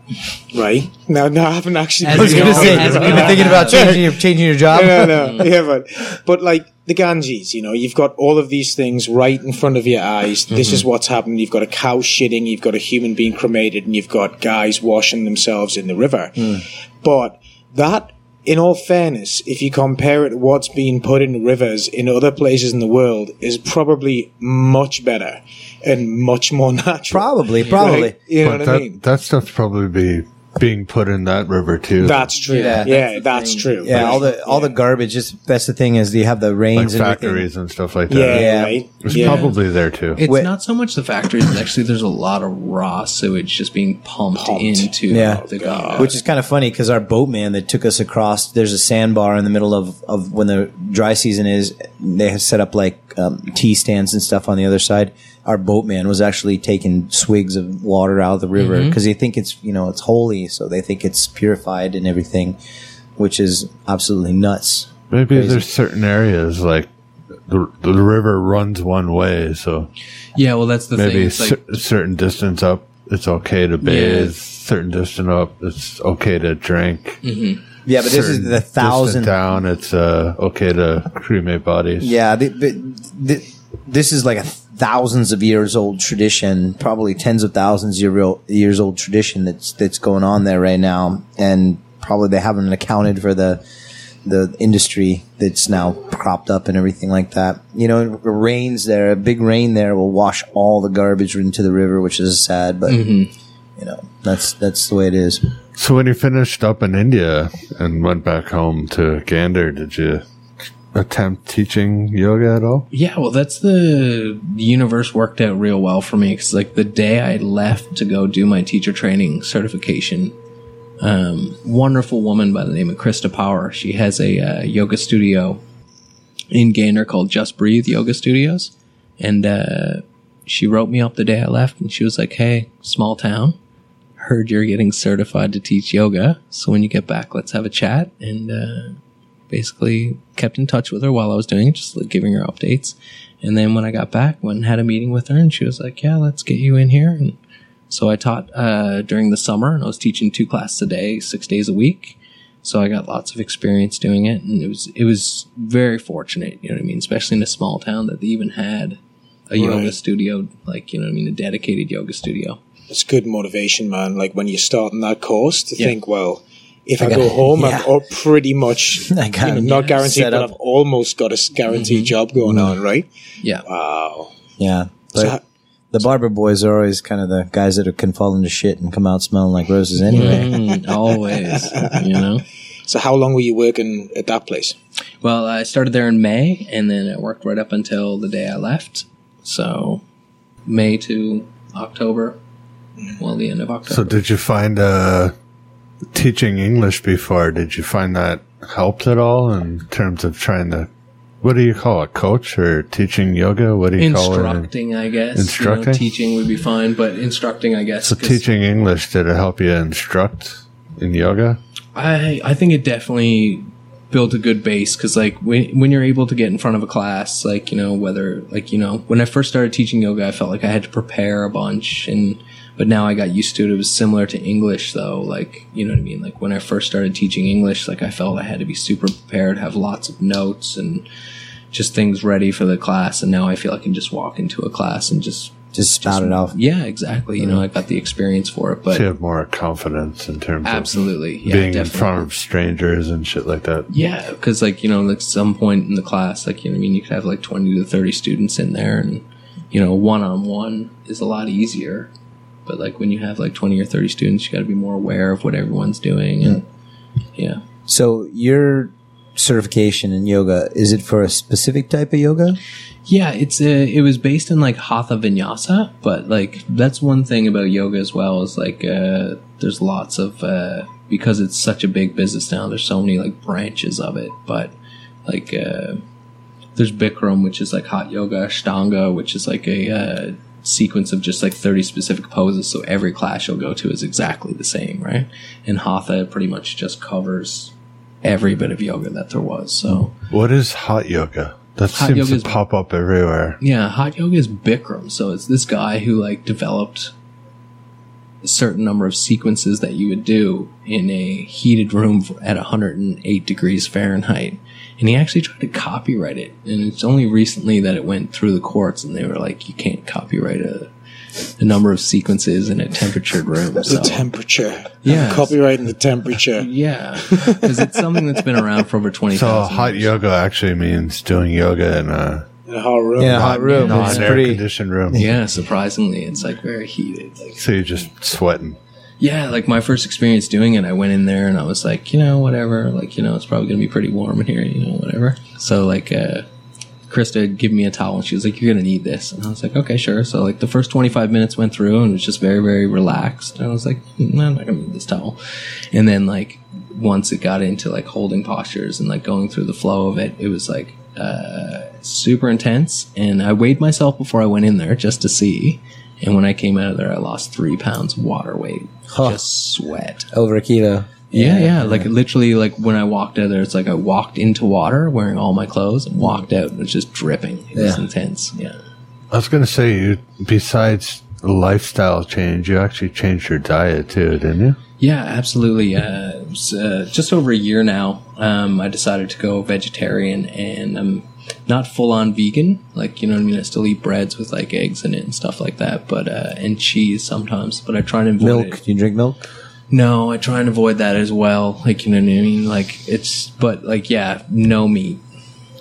C: right? No, no, I haven't actually.
B: As we all- as we all have.
D: changing your, changing your job.
C: no, no,
H: Mm.
C: no. *laughs* yeah, but but like the Ganges, you know, you've got all of these things right in front of your eyes. This
H: Mm-hmm.
C: is what's happening. You've got a cow shitting, you've got a human being cremated, and you've got guys washing themselves in the river.
H: Mm.
C: But that, in all fairness, if you compare it to what's being put in rivers in other places in the world, is probably much better and much more *laughs* natural.
D: Probably,
C: Right?
D: probably.
C: You know
H: but
C: what
H: that,
C: I mean?
H: that stuff's probably be being put in that river too.
C: That's true.
D: Yeah,
C: Yeah,
D: that's
C: that's, true.
D: *laughs* Yeah, all the all the garbage. Just that's the thing is you have the
H: like
D: rains and
H: factories and stuff like that.
C: yeah,
D: Yeah.
C: right.
H: It's
C: Yeah.
H: probably there too.
B: it's
D: Wait.
B: not so much the factories. it's Actually, there's a lot of raw sewage just being pumped,
C: Pumped.
B: into
D: Yeah.
B: the Ganga.
D: Which is kind of funny because our boatman that took us across, there's a sandbar in the middle of, of when the dry season is. They have set up like um, tea stands and stuff on the other side. Our boatman was actually taking swigs of water out of the river
C: Mm-hmm.
D: because they think it's you know it's holy, so they think it's purified and everything, which is absolutely nuts.
H: Maybe there's certain areas like the, the river runs one way, so
B: yeah, well, that's the
H: maybe
B: thing.
H: a
B: It's like,
H: cer- certain distance up, it's okay to bathe.
B: Yeah.
H: Certain distance up, it's okay to drink.
D: Yeah, but this is
H: Certain
D: the
H: distance
D: thousand
H: down, it's uh, okay to cremate bodies.
D: Yeah, the, the, the, this is like a thousands of years old tradition, probably tens of thousands year real, years old tradition that's that's going on there right now, and probably they haven't accounted for the the industry that's now cropped up and everything like that. You know, it rains there, a big rain there will wash all the garbage into the river, which is sad, but you know that's that's the way it is.
H: So when you finished up in India and went back home to Gander, did you attempt teaching yoga at all?
B: Yeah, well, that's the the universe worked out real well for me because, like, the day I left to go do my teacher training certification, um, wonderful woman by the name of Krista Power. She has a uh, yoga studio in Gander called Just Breathe Yoga Studios, and uh, she wrote me up the day I left, and she was like, "Hey, small town, heard you're getting certified to teach yoga, so when you get back, let's have a chat." And uh, basically kept in touch with her while I was doing it, just like giving her updates. And then when I got back, went and had a meeting with her, and she was like, "Yeah, let's get you in here." And so I taught uh, during the summer, and I was teaching two classes a day, six days a week. So I got lots of experience doing it, and it was it was very fortunate, you know what I mean, especially in a small town that they even had a yoga
C: Right.
B: studio, like you know what I mean, a dedicated yoga studio.
C: It's good motivation, man. Like when you're starting that course, to
B: Yeah.
C: think, well, if I,
D: got-
C: go home,
D: yeah.
C: I'm all pretty much
D: *laughs* I got
C: you know,
D: it
C: not guaranteed,
D: set
C: but
D: up. Mm-hmm.
C: I've almost got a guaranteed job going on, right?
B: Yeah,
C: Wow.
D: Yeah. But
C: So,
D: the barber boys are always kind of the guys that are, can fall into shit and come out smelling like roses anyway.
B: Mm, always, you know.
C: so how long were you working at that place?
B: Well, I started there in May, and then it worked right up until the day I left. So May to October, well, the end of
H: So
B: October.
H: did you find uh, teaching English before? Did you find that helped at all in terms of trying to what do you call it, coach or teaching yoga? What do you call it?
B: instructing, I guess. you know,
H: Instructing?
B: teaching would be fine, but instructing, I guess.
H: So
B: 'cause
H: teaching English did it help you instruct in yoga?
B: I I think it definitely built a good base because like when when you're able to get in front of a class, like you know whether like you know when I first started teaching yoga, I felt like I had to prepare a bunch and. But now I got used to it. It was similar to English, though. Like, you know what I mean? Like, when I first started teaching English, like, I felt I had to be super prepared, have lots of notes and just things ready for the class. And now I feel I can just walk into a class and just,
D: Just spout it off.
B: yeah, exactly. You know, I got the experience for it.
H: So you
B: But
H: have more confidence in terms
B: absolutely.
H: of
B: Yeah,
H: being in
B: definitely.
H: front of strangers and shit like that.
B: Yeah, because like you know, like some point in the class, like you know, what I mean, you could have like twenty to thirty students in there, and you know, one on one is a lot easier. But like when you have like twenty or thirty students, you got to be more aware of what everyone's doing, and yeah,
D: So your certification in yoga, is it for a specific type of yoga?
B: yeah. It's a, it was based in like hatha vinyasa, but like that's one thing about yoga as well is like uh, there's lots of uh, because it's such a big business now. There's so many like branches of it, but like. Uh, there's Bikram, which is like hot yoga, Ashtanga, which is like a uh, sequence of just like 30 specific poses. So every class you'll go to is exactly the same, right? And Hatha pretty much just covers every bit of yoga that there was. So
H: What is hot yoga? That
B: Hot
H: seems
B: yoga is-
H: to pop up everywhere.
B: yeah, hot yoga is Bikram. So it's this guy who like developed a certain number of sequences that you would do in a heated room for, at 108 degrees Fahrenheit. And he actually tried to copyright it. And it's only recently that it went through the courts and they were like, you can't copyright a, a number of sequences in a temperatured room.
C: The
B: So.
C: temperature.
B: Yes.
C: Copyright and the
D: *laughs*
C: temperature.
B: yeah, because it's something that's been around for over 20,000
H: So hot
B: years.
H: yoga actually means doing yoga in a
C: In a hot room.
D: In a hot room. It's
H: non-air
D: pretty.
H: conditioned room.
B: Yeah, surprisingly, it's like very heated. Like,
H: So you're just sweating.
B: Yeah, like my first experience doing it, I went in there and I was like, you know, whatever, like, you know, it's probably gonna be pretty warm in here, you know, whatever. So like uh Krista gave me a towel and she was like, You're gonna need this and I was like, Okay, sure. So like the first twenty five minutes went through and it was just very, very relaxed. And I was like, no, I'm not gonna need this towel. And then like once it got into like holding postures and like going through the flow of it, it was like uh super intense and I weighed myself before I went in there just to see. And when I came out of there, I lost three pounds of water weight.
D: Huh.
B: Just sweat.
D: Over a kilo.
B: Yeah, yeah. Like literally, like when I walked out of there, it's like I walked into water wearing all my clothes and walked out and it was just dripping. It was
D: Yeah.
B: intense. Yeah.
H: I was gonna say you besides the lifestyle change, you actually changed your diet too, didn't you?
B: Yeah, absolutely. Uh, it was, uh, just over a year now, um, I decided to go vegetarian and I'm not full on vegan. Like, you know what I mean? I still eat breads with like eggs in it and stuff like that, but, uh, and cheese sometimes, but I try and avoid it.
D: Milk. Do you drink milk?
B: No, I try and avoid that as well. Like, you know what I mean? Like, it's, but like, yeah, no meat.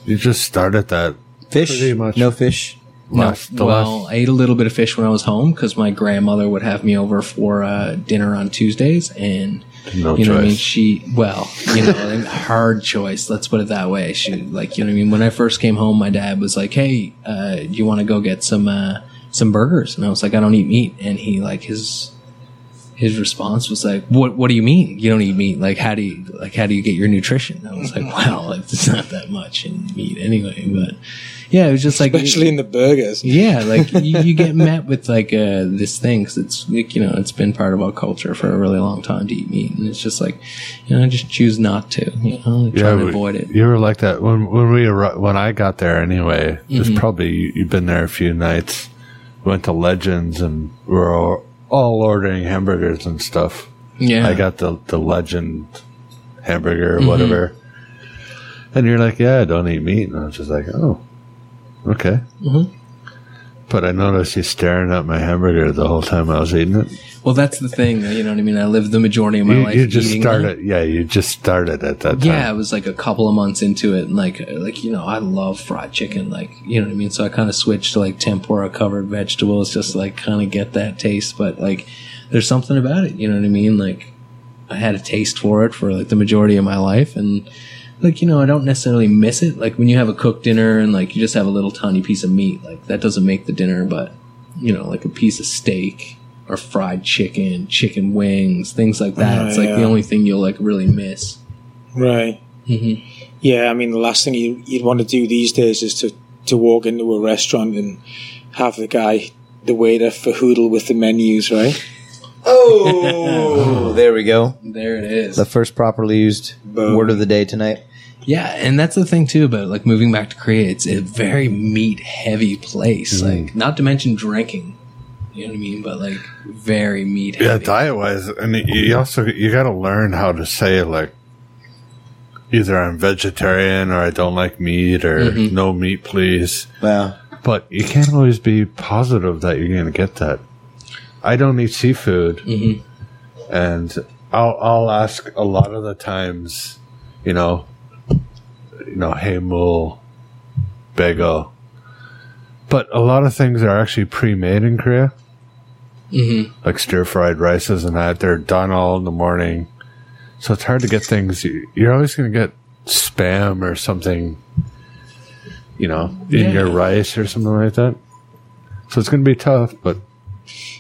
H: You just started that
D: Fish?
H: Pretty much.
D: No fish.
H: last the
B: well,
H: last
B: I ate a little bit of fish when I was home because my grandmother would have me over for uh, dinner on Tuesdays, and
H: No
B: you know what I mean?
H: choice.
B: She, well, you know, and hard choice. Let's put it that way. She, like, you know what I mean? When I first came home, my dad was like, "Hey, uh, you want to go get some uh, some burgers?" And I was like, "I don't eat meat." And he, like, his his response was like, "What? What do you mean you don't eat meat? Like, how do you like how do you get your nutrition?" And I was like, *laughs* "Well, it's not that much in meat anyway." But yeah, it was just like
C: especially in the burgers.
B: yeah, like you, you get met with like uh, this thing 'cause it's like, you know it's been part of our culture for a really long time to eat meat, and it's just like you know I just choose not to, you know, try to
H: we-
B: avoid it.
H: You were like that when when we arri- when I got there anyway. It's
B: Mm-hmm.
H: probably you, you've been there a few nights. Went to Legends and we're all, all ordering hamburgers and stuff.
B: Yeah, Mm-hmm.
H: I got the the Legend hamburger or whatever. And you're like, yeah, I don't eat meat. And I was just like, oh, okay. Mm-hmm. But I noticed you staring at my hamburger the whole time I was eating it.
B: well that's the thing, you know what I mean. I lived the majority of my
H: You,
B: life.
H: you just
B: eating them.
H: started, yeah, you just started at that time.
B: Yeah, it was like a couple of months into it, and like like you know, I love fried chicken, like you know what I mean. So I kind of switched to like tempura covered vegetables, just to, like kind of get that taste. But like, there's something about it, you know what I mean. Like, I had a taste for it for like the majority of my life, and like you know, I don't necessarily miss it. Like when you have a cooked dinner and like you just have a little tiny piece of meat, like that doesn't make the dinner, but you know, like a piece of steak. Or fried chicken, chicken wings, things like that.
C: Ah,
B: it's
H: Oh,
B: like the
C: yeah.
B: only thing you'll like really miss.
C: Right.
D: Mm-hmm.
C: Yeah, I mean, the last thing you, you'd want to do these days is to, to walk into a restaurant and have the guy, the waiter, fahoodle with the menus, right?
D: Oh, there we go.
B: There it is.
D: The first properly used word of the day tonight.
B: Yeah, and that's the thing too about like moving back to Korea. It's a very meat heavy place.
D: Mm-hmm.
B: Like, not to mention drinking. You know what I mean? But like very meat
H: Yeah,
B: heavy.
H: diet wise, and y- you also you got to learn how to say like either I'm vegetarian or I don't like meat or no meat, please.
D: Wow.
H: But you can't always be positive that you're going to get that. I don't eat seafood, and I'll I'll ask a lot of the times, you know, you know, hey mul, bagel. But a lot of things are actually pre-made in Korea like stir fried rices and that. They're done all in the morning. So it's hard to get things. you- You're always going to get spam or something, you know, in your rice or something like that. So it's going to be tough, but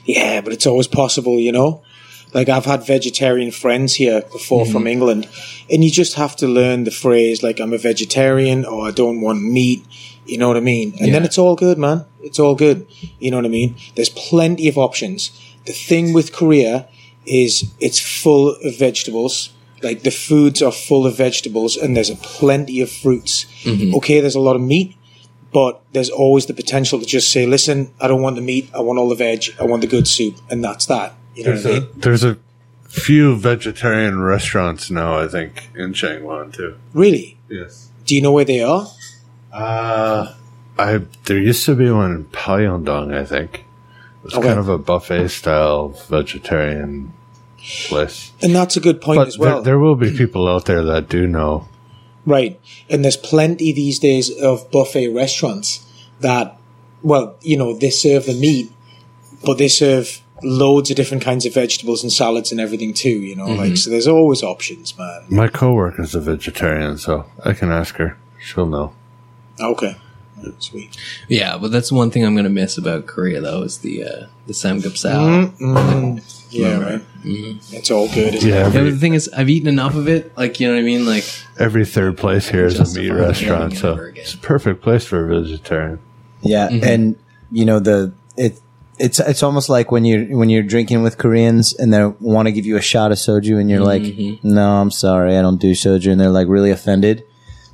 C: Yeah, but it's always possible, you know? Like, I've had vegetarian friends here before
H: Mm-hmm.
C: from England, and you just have to learn the phrase, like, I'm a vegetarian or I don't want meat. You know what I mean? And then
B: Yeah.
C: it's all good, man. It's all good. You know what I mean? There's plenty of options. The thing with Korea is it's full of vegetables. Like the foods are full of vegetables and there's a plenty of fruits.
H: Mm-hmm.
C: Okay, there's a lot of meat, but there's always the potential to just say, listen, I don't want the meat. I want all the veg. I want the good soup. And that's that. You know
H: there's
C: what I
H: a,
C: mean?
H: there's a few vegetarian restaurants now, I think, in Changwon, too.
C: Really?
H: Yes.
C: Do you know where they are?
H: Uh, I There used to be one in Palyondong, I think. It was
C: Okay.
H: kind of a buffet style vegetarian place.
C: And that's a good point
H: but
C: as well.
H: there, there will be people out there that do know.
C: Right. And there's plenty these days of buffet restaurants that, well, you know, they serve the meat, but they serve loads of different kinds of vegetables and salads and everything too, you know, like, so there's always options, man.
H: My coworker's a vegetarian, so I can ask her. She'll know.
C: Okay. Sweet.
B: Yeah, but that's one thing I'm gonna miss about Korea though is the uh the
D: Mm-hmm.
B: samgyeopsal.
C: Yeah, right. It's all good, isn't
H: Yeah,
C: it?
B: Yeah, but
H: every,
B: the thing is I've eaten enough of it, like you know what I mean? Like
H: every third place here is a
B: Justify
H: meat
B: the
H: restaurant,
B: hamburger
H: so
B: again.
H: it's a perfect place for a vegetarian.
D: Yeah, and you know the it it's it's almost like when you when you're drinking with Koreans and they want to give you a shot of soju and you're like, "No, I'm sorry, I don't do soju," and they're like really offended.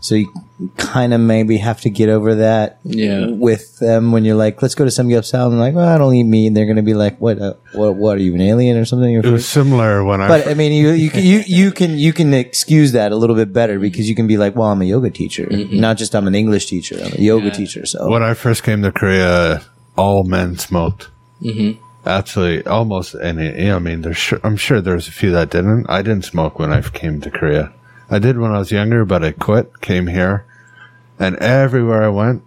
D: So you kind of maybe have to get over that
B: Yeah.
D: with them when you're like, "Let's go to samgyeopsal," and like, "Well, I don't eat meat," and they're gonna be like, "What? Uh, what? What are you an alien or something?" You're
H: It was similar when I.
D: But I mean, you, you can- you you can you can excuse that a little bit better because you can be like, well, I'm a yoga teacher, not just I'm an English teacher. I'm a yoga teacher. So
H: when I first came to Korea, all men smoked. Mm-hmm. Absolutely, almost any. you know, I mean, there's sure, I'm sure there's a few that didn't. I didn't smoke when I came to Korea. I did when I was younger, but I quit. Came here, and everywhere I went,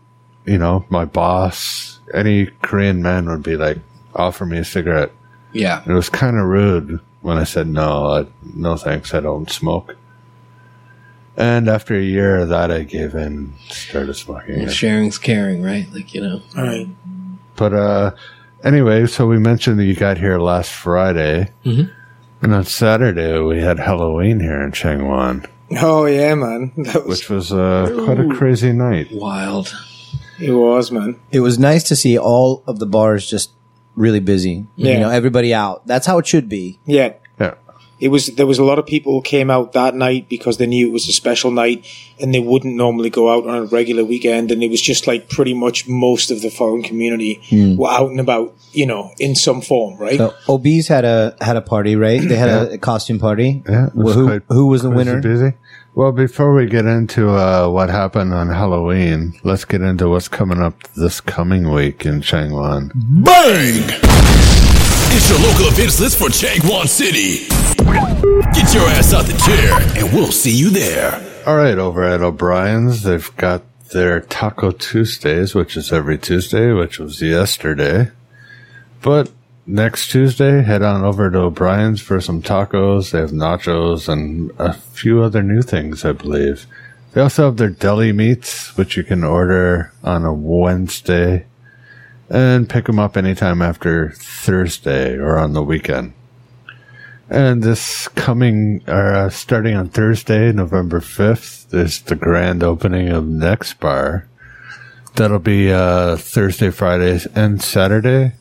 H: you know, my boss, any Korean man would be like, offer me a cigarette.
B: Yeah.
H: It was kind of rude when I said no, I, no thanks, I don't smoke. And after a year of that, I gave in, started smoking. again.
B: Sharing's caring, right? Like you know.
C: All right.
H: But uh, anyway, so we mentioned that you got here last Friday,
D: Mm-hmm.
H: and on Saturday we had Halloween here in Changwon,
C: *laughs* Oh yeah, man. That was
H: which was uh, quite a crazy night.
B: Wild.
C: it was man.
D: It was nice to see all of the bars just really busy. You
C: Yeah.
D: know, everybody out. That's how it should be.
C: Yeah.
H: Yeah,
C: It was there was a lot of people who came out that night because they knew it was a special night and they wouldn't normally go out on a regular weekend and it was just like pretty much most of the foreign community were out and about, you know, in some form, right?
D: So OB's had a had a party, right? They had a, costume party.
H: yeah. it
D: Well, who
H: quite
D: who was the
H: crazy
D: winner?
H: Busy. Well, before we get into uh, what happened on Halloween, let's get into what's coming up this coming week in Changwon.
A: Bang! It's your local events list for Changwon City. Get your ass out the chair, and we'll see you there.
H: All right, over at O'Brien's, they've got their Taco Tuesdays, which is every Tuesday, which was yesterday. But next Tuesday, head on over to O'Brien's for some tacos. They have nachos and a few other new things, I believe. They also have their deli meats, which you can order on a Wednesday and pick them up anytime after Thursday or on the weekend. And this coming, or uh, starting on Thursday, November 5th, is the grand opening of Next Bar. That'll be uh, Thursday, Fridays, and Saturday.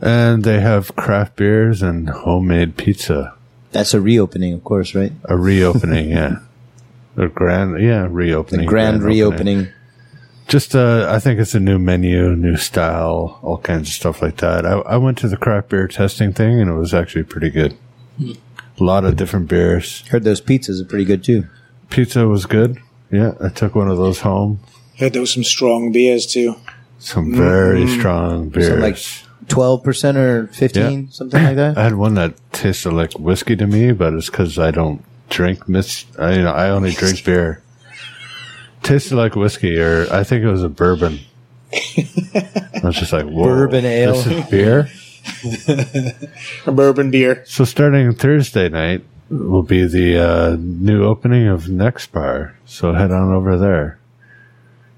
H: And they have craft beers and homemade pizza.
D: That's a reopening, of course, right? *laughs*
H: A reopening, yeah. A grand, yeah, reopening.
D: The grand reopening.
H: Just, uh, I think it's a new menu, new style, all kinds of stuff like that. I, I went to the craft beer testing thing, and it was actually pretty good.
D: Hmm.
H: A lot of different beers.
D: Heard those pizzas are pretty good too.
H: Pizza was good. Yeah, I took one of those home.
C: Heard there was some strong beers too.
H: Some very strong beers.
D: So Mm-hmm. like twelve percent or fifteen,
H: Yeah.
D: something like
H: I *laughs*
D: that.
H: had one that tasted like whiskey to me, but it's because I don't drink mis. I, you know, I only
D: *laughs*
H: drink beer. Tasted like whiskey, or I think it was
D: *laughs*
H: a bourbon. I was just like, whoa,
D: Bourbon ale.
H: This
D: *laughs*
H: is beer.
C: A bourbon beer.
H: So starting Thursday night will be the uh, new opening of Next Bar. So head on over there.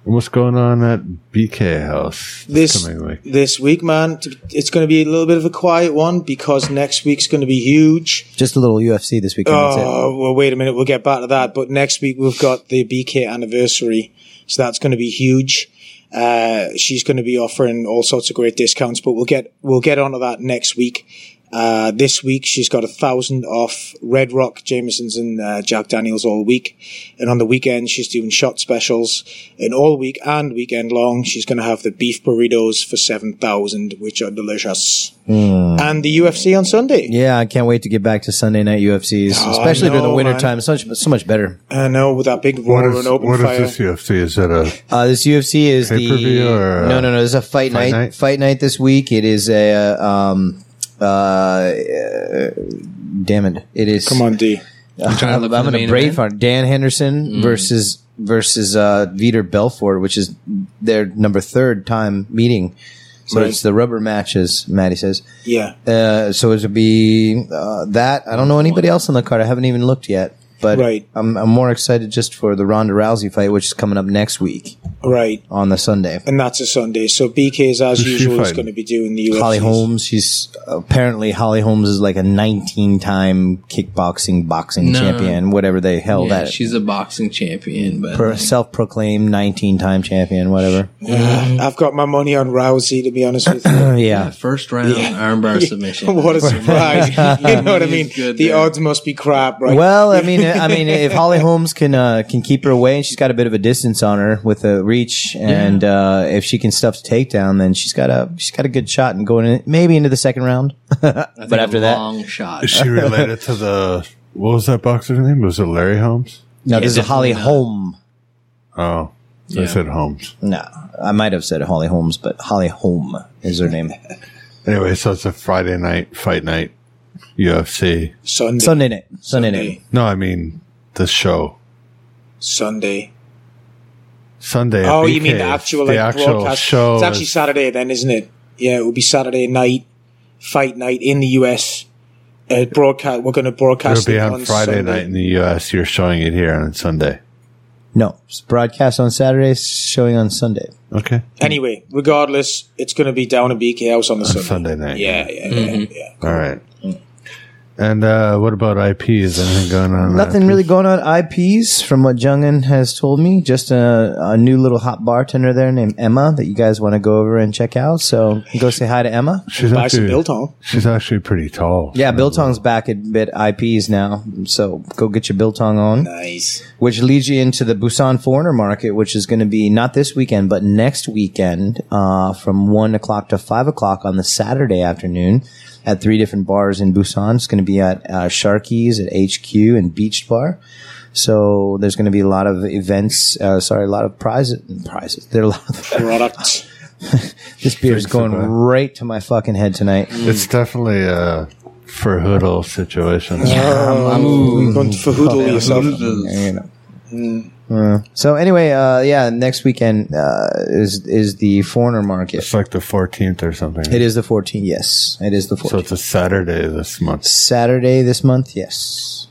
H: And what's going on at BK House
C: This
H: coming week?
C: this week, man, t- it's going to be a little bit of a quiet one because next week's going to be huge.
D: Just a little UFC this weekend. That's it.
C: Oh, well, wait a minute. We'll get back to that. But next week, we've got the BK anniversary. So that's going to be huge. Uh, she's going to be offering all sorts of great discounts, but we'll get, we'll get onto that next week. Uh, this week, she's got a thousand off Red Rock, Jameson's and uh, Jack Daniels all week. And on the weekend, she's doing shot specials. And all week and weekend long, she's going to have the beef burritos for 7,000, which are delicious.
H: Hmm.
C: And the UFC on Sunday.
D: Yeah, I can't wait to get back to Sunday night UFCs, especially during the
C: no,
D: winter
C: Oh, man.
D: time. So much, so much better.
C: I know with that big
H: What
C: roar
H: is,
C: and open
H: what is
C: fire.
H: this UFC? Is that a
D: Uh, this UFC is the
H: Pay-per-view or, uh,
D: no, no, no. There's a fight,
H: fight
D: night,
H: night?
D: fight night this week. It is a uh, um, uh, uh, damn it, it is.
C: Come on, D.
D: I'm
B: trying to look for the
D: I'm
B: main
D: gonna brave
B: event. Mm.
D: on Dan Henderson versus versus uh, Vitor Belfort, which is their number third time meeting. So
C: Right.
D: it's the rubber matches, Maddie says.
C: Yeah.
D: Uh, so it would be uh, that. I don't know anybody else on the card. I haven't even looked yet. But
C: Right.
D: I'm, I'm more excited just for the Ronda Rousey fight, which is coming up next week
C: Right.
D: on the Sunday.
C: And that's a Sunday. So BK is as
H: Who's she
C: usual is
H: fighting?
C: going to be doing the UFC.
D: Holly Holmes, she's apparently Holly Holmes is like a 19 time kickboxing boxing
B: No.
D: champion, whatever they held
B: yeah,
D: that.
B: she's a boxing champion, but
D: self proclaimed 19 time champion, whatever.
C: Uh, I've got my money on Rousey, to be honest with
H: *laughs*
C: you.
D: Yeah.
B: first round
D: *laughs*
B: armbar submission.
C: *laughs* what a surprise. *laughs* you know what I
B: He's
C: mean? The
B: good there.
C: odds must be crap, right?
B: *laughs*
D: Well, I mean, I mean, if Holly Holmes can uh, can keep her away, and she's got a bit of a distance on her with a reach, and uh, if she can stuff the takedown, then she's got a she's got a good shot and going in, maybe into the second round. *laughs* but after that,
B: long shot.
H: Is she related to the what was that boxer's name? Was it Larry Holmes?
D: no, this is
B: definitely
D: Holly
B: not.
D: Holm.
H: Oh, I
B: Yeah.
H: said Holmes.
D: No, I might have said Holly Holmes, but Holly Holm is her name.
H: Anyway, so it's a Friday night fight night UFC.
C: Sunday. Sunday.
D: Sunday night, Sunday night.
H: No, I mean the show
C: Sunday.
H: Sunday. at
C: Oh, you
H: BK.
C: mean the actual,
H: The
C: like,
H: actual
C: broadcast?
H: show?
C: it's actually
H: is-
C: Saturday then, isn't it? Yeah, it would be Saturday night, fight night in the US. uh, broadcast. We're going to
H: It'll
C: broadcast
H: be
C: it
H: on Friday
C: Sunday.
H: night in the U.S. You're showing it here on Sunday.
D: No, it's broadcast on Saturday, showing on Sunday.
H: Okay.
C: Anyway, regardless, it's going to be down at BK House on the Sunday.
H: Sunday night.
C: Yeah, yeah, yeah, yeah.
H: All right. And uh, what about IPs? Anything going on? on
D: Nothing
H: IP?
D: really going on IPs from what Jungin has told me. Just a, a new little hot bartender there named Emma that you guys want to go over and check out. So go say hi to Emma.
H: She's
C: Buy some
H: actually,
C: Biltong.
H: she's actually pretty tall.
D: Yeah, Biltong's back at Bit IPs now. So go get your Biltong on.
C: Nice.
D: which leads you into the Busan Foreigner Market, which is going to be not this weekend, but next weekend uh, from 1 o'clock to 5 o'clock on the Saturday afternoon at three different bars in Busan. It's going to be at uh, Sharky's, at HQ, and Beach Bar. So there's going to be a lot of events, uh, sorry, a lot of prizes. prizes. There are a lot of, *laughs*
C: Product.
D: this beer is going
H: Thanks,
D: right to my fucking head tonight.
H: It's definitely a for hoodle situation.
C: You're going to fahoodle yourself. Mm.
D: you know. Uh, so anyway, uh, yeah, next weekend uh, is is the foreigner market.
H: It's like the 14th or something.
D: It is the 14th. Yes, it is the 14th.
H: So it's a Saturday this month.
D: Saturday this month. Yes,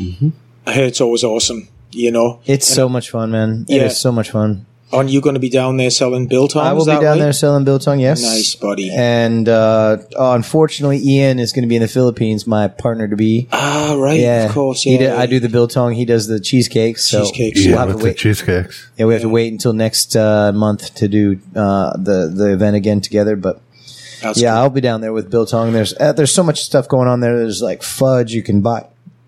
C: I heard it's always awesome. You know,
D: it's so much fun, man. It
C: Yeah.
D: is so much fun.
C: aren't you going to be down there selling biltong?
D: I will
C: Is
D: be
C: that
D: down
C: right?
D: there selling biltong. Yes,
C: Nice, buddy.
D: And uh, oh, unfortunately, Ian is going to be in the Philippines. My partner to be.
C: Ah, right.
D: Yeah,
C: Of course.
D: He
C: Yeah.
D: did, I do the biltong. He does the cheesecakes. So
C: Cheesecakes,
D: We'll
H: Yeah,
D: have to
H: with the
D: wait.
H: cheesecakes.
D: yeah, we have to wait until next uh, month to do uh, the the event again together. But
C: That's
D: yeah,
C: cool.
D: I'll be down there with Biltong. There's uh, there's so much stuff going on there. There's like fudge you can buy.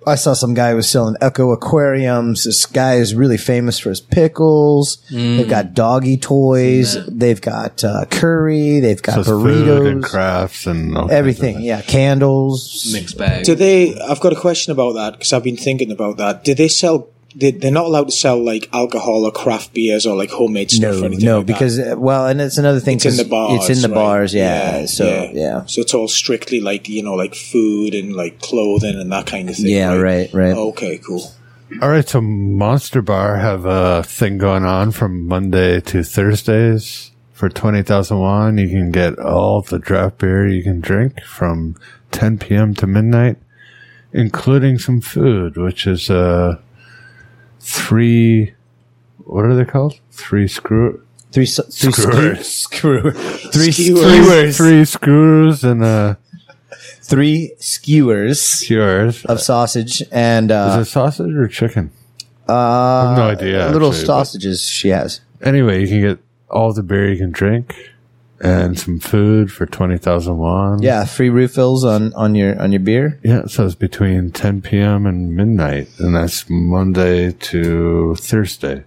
D: I saw some guy who was selling Echo aquariums. This guy is really famous for his pickles.
C: Mm.
D: They've got doggy toys. They've got uh, curry. They've
H: So
D: got
H: it's food and
D: burritos.
H: crafts and all kinds of
D: Everything.
H: things.
D: Yeah, candles.
B: Mixed bag.
C: Do they? I've got a question about that because I've been thinking about that. Do they sell? They, they're not allowed to sell like alcohol or craft beers or like homemade stuff.
D: No,
C: or anything
D: no,
C: like that.
D: because uh, well, and it's another thing.
C: it's in
D: 'cause
C: the bars.
D: It's in the
C: right?
D: bars. Yeah. So yeah.
C: So it's all strictly like you know, like food and like clothing and that kind of thing.
D: Yeah, right, right.
C: Okay, cool.
H: All right, so Monster Bar have a thing going on from Monday to Thursdays for 20,000 won. You can get all the draft beer you can drink from 10 p.m. to midnight, including some food, which is uh, three, what are they called? Three screw,
D: Three, s- three *laughs*
H: Screw-
D: skew- screw- three
C: Skewers.
D: skewers,
H: three screws and uh, a
D: three skewers
H: yours.
D: of sausage and uh,
H: Is it sausage or chicken?
D: Uh,
H: have no idea,
D: Little
H: actually, but-
D: sausages she has.
H: Anyway, you can get all the beer you can drink and some food for 20,000 won.
D: Yeah, free refills on on your on your beer.
H: Yeah, so it's between 10 p.m. and midnight, and that's Monday to Thursday.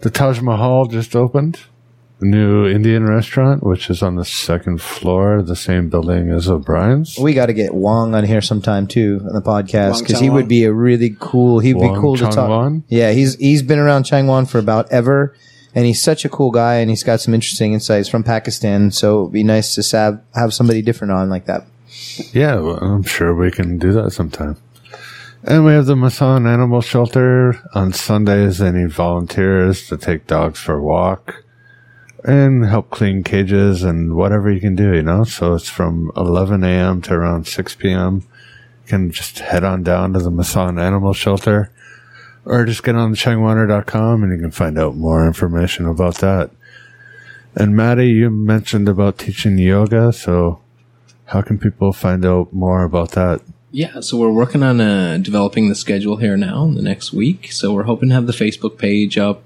H: The Taj Mahal just opened, a new Indian restaurant, which is on the second floor, of the same building as O'Brien's.
D: We got to get Wong on here sometime too on the podcast
C: Wong
D: because he
C: Chang
D: would
C: Won.
D: be a really cool. He'd be
H: Wong
D: cool to
H: Chang
D: talk.
H: Won?
D: Yeah, he's he's been around Changwon for about ever, and he's such a cool guy, and he's got some interesting insights from Pakistan. So it'd be nice to have have somebody different on like that.
H: Yeah, well, I'm sure we can do that sometime. And we have the Masan Animal Shelter. On Sundays, they need volunteers to take dogs for a walk and help clean cages and whatever you can do, you know? So it's from 11 a.m. to around 6 p.m. You can just head on down to the Masan Animal Shelter or just get on changwander.com and you can find out more information about that. And Maddie, you mentioned about teaching yoga, so how can people find out more about that?
B: Yeah, so we're working on uh, developing the schedule here now in the next week. So we're hoping to have the Facebook page up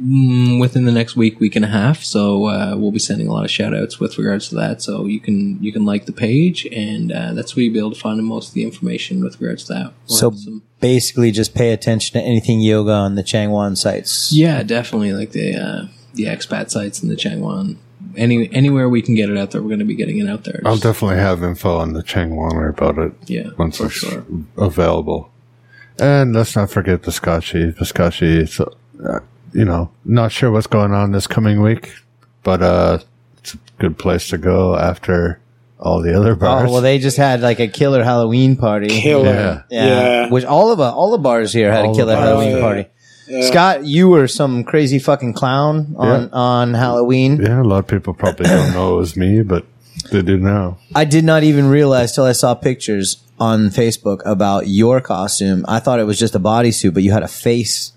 B: mm, within the next week, week and a half. So uh, we'll be sending a lot of shout outs with regards to that. So you can you can like the page, and uh, that's where you'll be able to find most of the information with regards to that. We'll
D: So
B: have some-
D: basically, just pay attention to anything yoga on the Changwon sites.
B: yeah, definitely like the uh, the expat sites and the Changwon. Any anywhere we can get it out there, we're going to be getting it out there.
H: I'll
B: Just-
H: definitely have info on the Chang Wanger about it
B: yeah,
H: once
B: for
H: it's
B: sure.
H: available. And let's not forget Piscacci. Piscacci, it's, uh, you know, not sure what's going on this coming week, but uh, it's a good place to go after all the other bars.
D: Oh well, they just had like a killer Halloween party.
C: Killer.
D: Yeah.
C: Yeah.
D: Which all of uh, all the bars here had
H: All
D: a
H: the
D: killer
H: bars,
D: Halloween
C: yeah.
D: party. Scott, you were some crazy fucking clown on
H: Yeah.
D: on Halloween.
H: yeah, a lot of people probably don't know it was me, but They do now.
D: I did not even realize till I saw pictures on Facebook about your costume. I thought it was just a bodysuit, but you had a face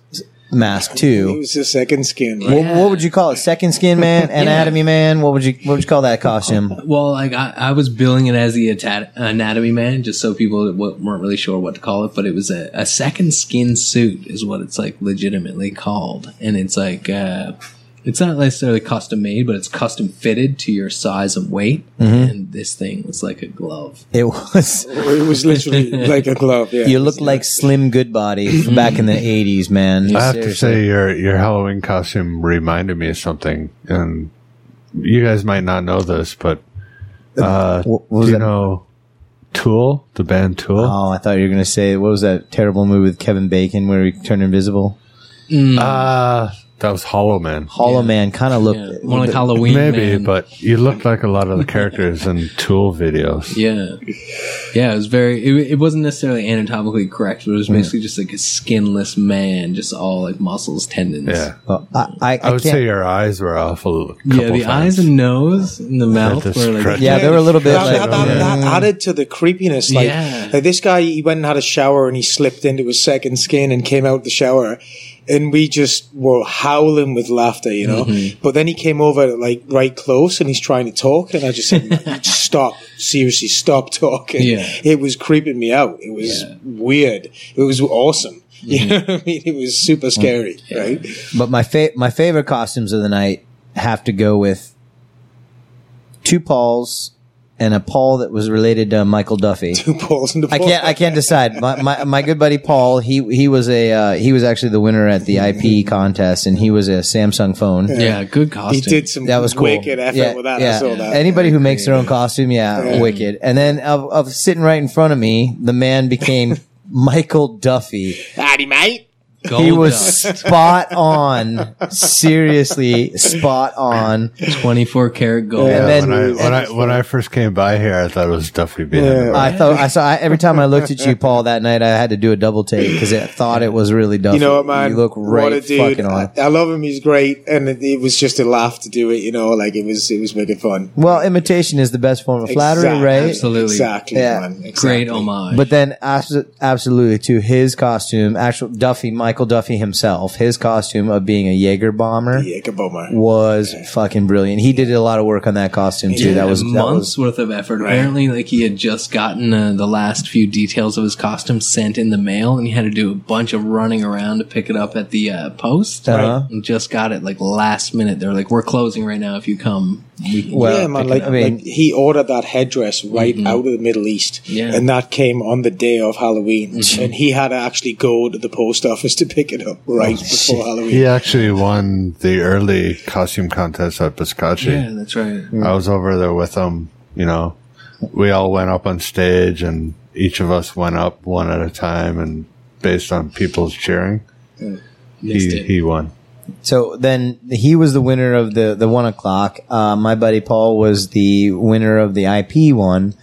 D: mask
C: It
D: too.
C: was the second skin.
D: What, what would you call it? Second skin man, anatomy man. What would you what would you call that costume?
B: Well, like I, I was billing it as the atat- anatomy man, just so people that w- weren't really sure what to call it. But it was a, a second skin suit, is what it's like legitimately called, and it's like uh, it's not necessarily custom made, but it's custom fitted to your size and weight.
H: Mm-hmm.
B: And this thing was like a glove.
D: It was.
C: It was literally like a glove. Yeah.
D: *laughs* You looked like Slim Goodbody back in the eighties, man.
H: I have to say your your Halloween costume reminded me of something, and you guys might not know this, but
D: Wh- what
H: do
D: was
H: you
D: that?
H: know Tool, the band Tool?
D: Oh, I thought you were gonna say what was that terrible movie with Kevin Bacon where he turned invisible?
H: Uh, that was Hollow Man.
D: Hollow Man kind of looked
B: Yeah, more like Halloween,
H: Maybe,
B: man.
H: but you looked like a lot of the characters
B: *laughs*
H: in Tool videos.
B: Yeah, yeah, it was very. It, it wasn't necessarily anatomically correct, but it was
H: Mm.
B: basically just like a skinless man, just all like muscles, tendons.
H: Yeah.
D: Well, oh, I, I, I,
H: I, would
D: can't-
H: say your eyes were off a little.
B: Yeah, the eyes and nose and the mouth
H: That's
B: were like
H: correct.
D: yeah, they were a little bit
C: That,
D: like
C: that, that, that added to the creepiness. Like,
B: Yeah.
C: like this guy, he went and had a shower and he slipped into his second skin and came out the shower, and we just were howling with laughter, you know.
D: Mm-hmm.
C: But then he came over like right close and he's trying to talk, and I just
D: *laughs*
C: said, "Stop! Seriously, stop talking!"
B: Yeah.
C: It was creeping me out. It was weird. It was awesome. *laughs*
D: Mm-hmm.
C: You know what I mean? It was super scary, right?
D: But my fa- my favorite costumes of the night have to go with two Pauls and a Paul that was related to Michael Duffy.
C: Two balls in the
D: I
C: ball.
D: can't I can't decide. My, my my good buddy Paul, he he was a uh, he was actually the winner at the IP contest, and he was a Samsung phone.
B: yeah, good
C: He
B: costume.
C: did some
D: That was cool.
C: wicked effort
D: yeah,
C: with that.
D: Yeah.
C: I saw that.
D: Anybody who makes their own costume, yeah,
C: Yeah.
D: wicked. And then of, of sitting right in front of me, the man became Michael Duffy.
C: Howdy, mate.
B: Gold *laughs*
D: he was spot on. Seriously, spot on.
B: twenty four karat gold.
D: And
H: Yeah,
D: then-
H: when I when I when I first came by here, I thought it was Duffy being.
C: Yeah.
D: I thought I saw I, every time I looked at you, Paul, that night. I had to do a double take because I thought it was really Duffy.
C: You know what, man?
D: You look right
C: what a dude.
D: fucking on.
C: I, I love him. He's great, and it, it was just a laugh to do it. You know, like it was, it was wicked fun.
D: Well, imitation is the best form of flattery,
C: Exact-
D: right?
B: Absolutely.
C: Exactly.
D: Yeah.
C: Man. Exactly.
B: Great homage.
D: But then, abs- absolutely, to his costume, actual Duffy, Michael Duffy himself, his costume of being a Jaeger bomber
C: Yeah, good bummer.
D: was fucking brilliant. He did a lot of work on that costume too.
B: Yeah,
D: that was that
B: months
D: was-
B: worth of effort. Apparently, like he had just gotten uh, the last few details of his costume sent in the mail, and he had to do a bunch of running around to pick it up at the uh, post.
D: Uh-huh.
B: And just got it like last minute. They're like, "We're closing right now. If you come, we can
D: well,
C: yeah, man.
D: picking
C: Like,
D: up. I mean,
C: like he ordered that headdress right out of the Middle East,
B: Mm-hmm. Yeah. Mm-hmm.
C: and that came on the day of Halloween, and he had to actually go to the post office to pick it up
B: Oh,
C: right before Halloween.
H: He actually won the early costume contest at Biscacci.
B: Yeah, that's right.
H: I was over there with them. You know, we all went up on stage, and each of us went up one at a time, and based on people's cheering,
B: Missed
H: he
B: it.
H: he won.
D: so then he was the winner of the the one o'clock. Uh, my buddy Paul was the winner of the IP one.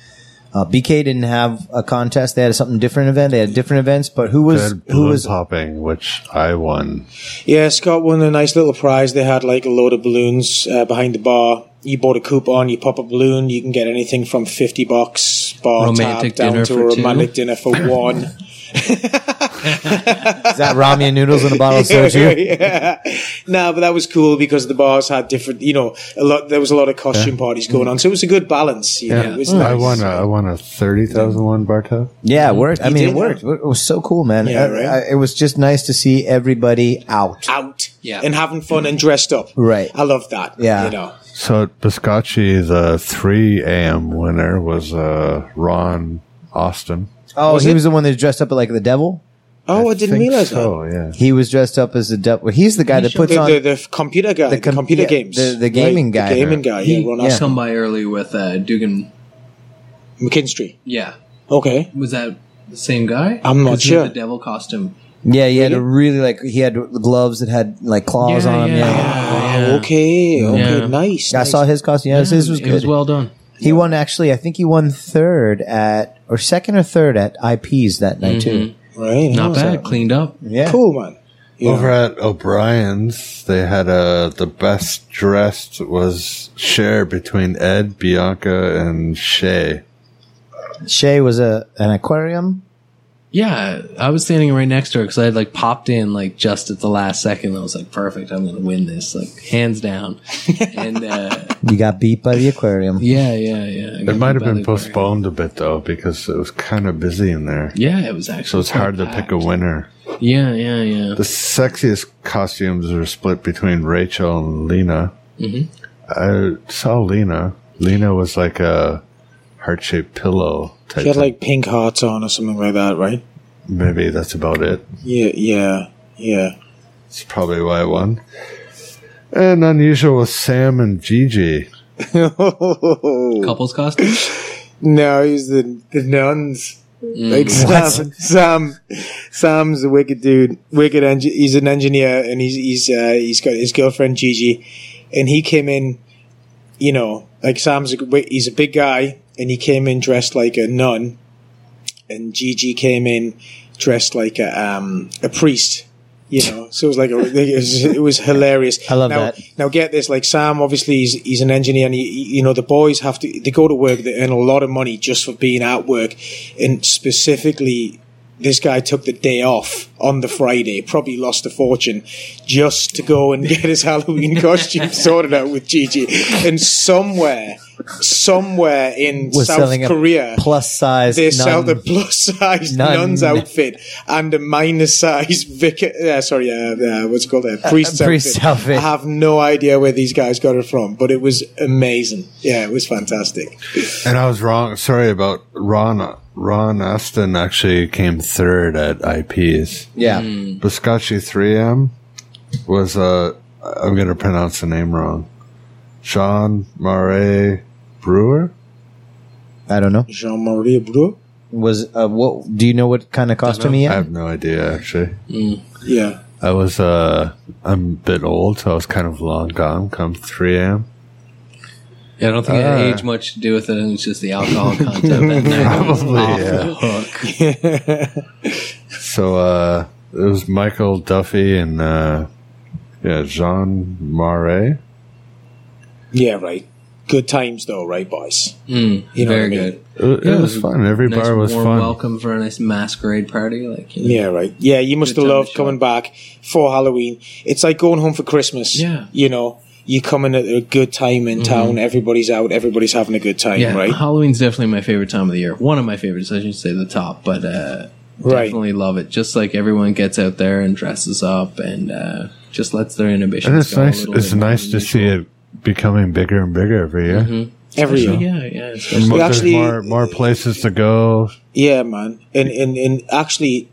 D: Uh, BK didn't have a contest; they had something different event. They had different events, but who was
H: Good
D: who
H: balloon
D: was
H: popping, which I won.
C: Yeah, Scott won a nice little prize. They had like a load of balloons uh, behind the bar. You bought a coupon, you pop a balloon, you can get anything from 50 bucks bar
B: Romantic
C: tab
B: dinner
C: down to a
B: for two.
C: romantic dinner for one.
D: is that ramen and noodles in a bottle of soju?
C: *laughs* yeah. No, but that was cool because the bars had different, you know, a lot. There was a lot of costume parties going on, so it was a good balance. You know, it was
H: Mm. I
C: nice.
H: won a I won a thirty thousand one bar tab.
D: Yeah, it worked. I
C: Mm-hmm.
D: mean,
C: did,
D: it worked. It was so cool, man.
C: Yeah,
D: I-
C: right? Ah,
D: I- it was just nice to see everybody out.
C: out,
B: Yeah.
C: and having fun and dressed up.
D: Right.
C: I love that.
D: Yeah.
C: you know,
H: So at Biscacci, the three a.m. winner was uh, Ron Austin.
D: Oh, he was the one that dressed up like the devil.
C: oh, I, didn't
H: Think
C: realize
H: so. Yeah.
D: He was dressed up as the devil. He's the guy that
C: that.
D: puts
C: The,
D: on.
C: the, the computer guy, the,
D: com-
C: computer
D: yeah,
C: games,
D: the- the gaming guy.
C: the gaming guy, yeah, Ron
D: yeah.
C: Austin
B: Come by early with uh, Dugan.
C: McKinstry.
B: Yeah,
C: Okay,
B: was that the same guy?
C: I'm not
B: 'Cause he had
C: sure.
B: The devil costume.
D: yeah, he had a really like he had gloves that had like claws on him. Yeah,
C: Oh, okay, okay, nice.
D: I
C: nice.
D: saw his costume. Yeah, his was
B: it was
D: good.
B: well done.
D: he won actually. I think he won third at or second or third at IPs that night too.
C: right,
B: Not
C: oh,
B: bad. Cleaned up.
D: Yeah,
C: Cool, man. you
H: Over
C: know.
H: at O'Brien's, they had a the best dressed was share between Ed, Bianca, and Shay.
D: Shay was a an aquarium.
B: Yeah, I was standing right next to her because I had like popped in like just at the last second. I was like, perfect, I'm gonna win this, like hands down. and uh,
D: You got beat by the
C: *laughs*
D: aquarium.
B: yeah, yeah, yeah. I got
H: It might have
B: belly button.
H: been postponed a bit though because it was kind of busy in there,
B: Yeah, it was actually.
H: so it's
B: quite
H: hard to pick
B: packed.
H: a winner.
B: Yeah, yeah, yeah.
H: The sexiest costumes are split between Rachel and Lena. Mm-hmm. I saw Lena. Lena was like a heart shaped pillow type.
C: She had
H: thing.
C: like pink hearts on or something like that, right?
H: Maybe that's about it.
C: Yeah, yeah, yeah.
H: That's probably why I won. And unusual was Sam and Gigi.
B: Couples costume.
C: No, he's the the nuns. Like Sam, Sam, Sam's a wicked dude, wicked. Eng- he's an engineer, and he's he's uh, he's got his girlfriend Gigi, and he came in, you know, like Sam's a, g- he's a big guy, and he came in dressed like a nun, and Gigi came in dressed like a um a priest. You know, so it was like a, *laughs* it, was, it was hilarious.
D: I love
C: now,
D: that.
C: Now get this, like Sam, obviously he's he's an engineer, and he, he- you know the boys have to they go to work, they earn a lot of money just for being at work, and specifically. This guy took the day off on the Friday, probably lost a fortune just to go and get his *laughs* Halloween costume sorted out with Gigi. And somewhere, somewhere in
D: Was
C: South
D: selling
C: Korea,
D: a plus size.
C: they sell the
D: nun.
C: plus size
D: Nun.
C: nun's outfit and the minus size vicar. Uh, sorry, uh, uh, what's it called? Uh, priest's,
D: priest's outfit.
C: I have no idea where these guys got it from, but it was amazing. Yeah, it was fantastic.
H: And I was wrong. Sorry about Ron. Ron Aston actually came third at IPs.
D: yeah.
C: Mm.
H: Biscacci 3M was Uh, I'm going to pronounce the name wrong. Sean Mare Brewer?
D: I don't know.
C: Jean Marie Bro.
D: Was uh, what? Do you know what kind of costume he
H: I
D: had?
H: have no idea, actually.
C: Yeah.
H: I was, uh, I'm a bit old, so I was kind of long gone come 3M.
B: Yeah, I don't think it
H: Uh.
B: had age much to do with it. It's just the alcohol content.
H: *laughs*
B: That night.
H: Probably, yeah.
B: *laughs* Hook.
H: So uh, it was Michael Duffy and uh, yeah, Jean Marais.
C: Yeah, right. Good times though, right, boys? you know
B: Mm, Very
C: what I mean?
B: good.
H: It, Uh, it was fun. Every
B: Nice
H: bar was
B: warm
H: fun.
B: welcome for a nice masquerade party. Like you know.
C: Yeah, right. Yeah, you must
B: Good
C: have
B: time
C: loved
B: to show.
C: coming back for Halloween. It's like going home for Christmas.
B: Yeah. Mm-hmm.
C: You know, you come in at a good time in town, everybody's out, everybody's having a good time,
B: Yeah, Uh-huh.
C: right?
B: Halloween's definitely my favorite time of the year. One of my favorites, I should say the top, but uh,
C: Right.
B: definitely love it. Just like everyone gets out there and dresses up and uh, just lets their inhibitions.
H: And it's
B: go a
H: nice.
B: little
H: It's
B: bit more Mm-hmm.
H: nice
B: than
H: to
B: usual.
H: see it becoming bigger and bigger every year.
C: Every year.
B: Yeah, yeah. especially-
H: Mo- There's
C: actually-
H: more more places to go.
C: Yeah, man. And and and actually,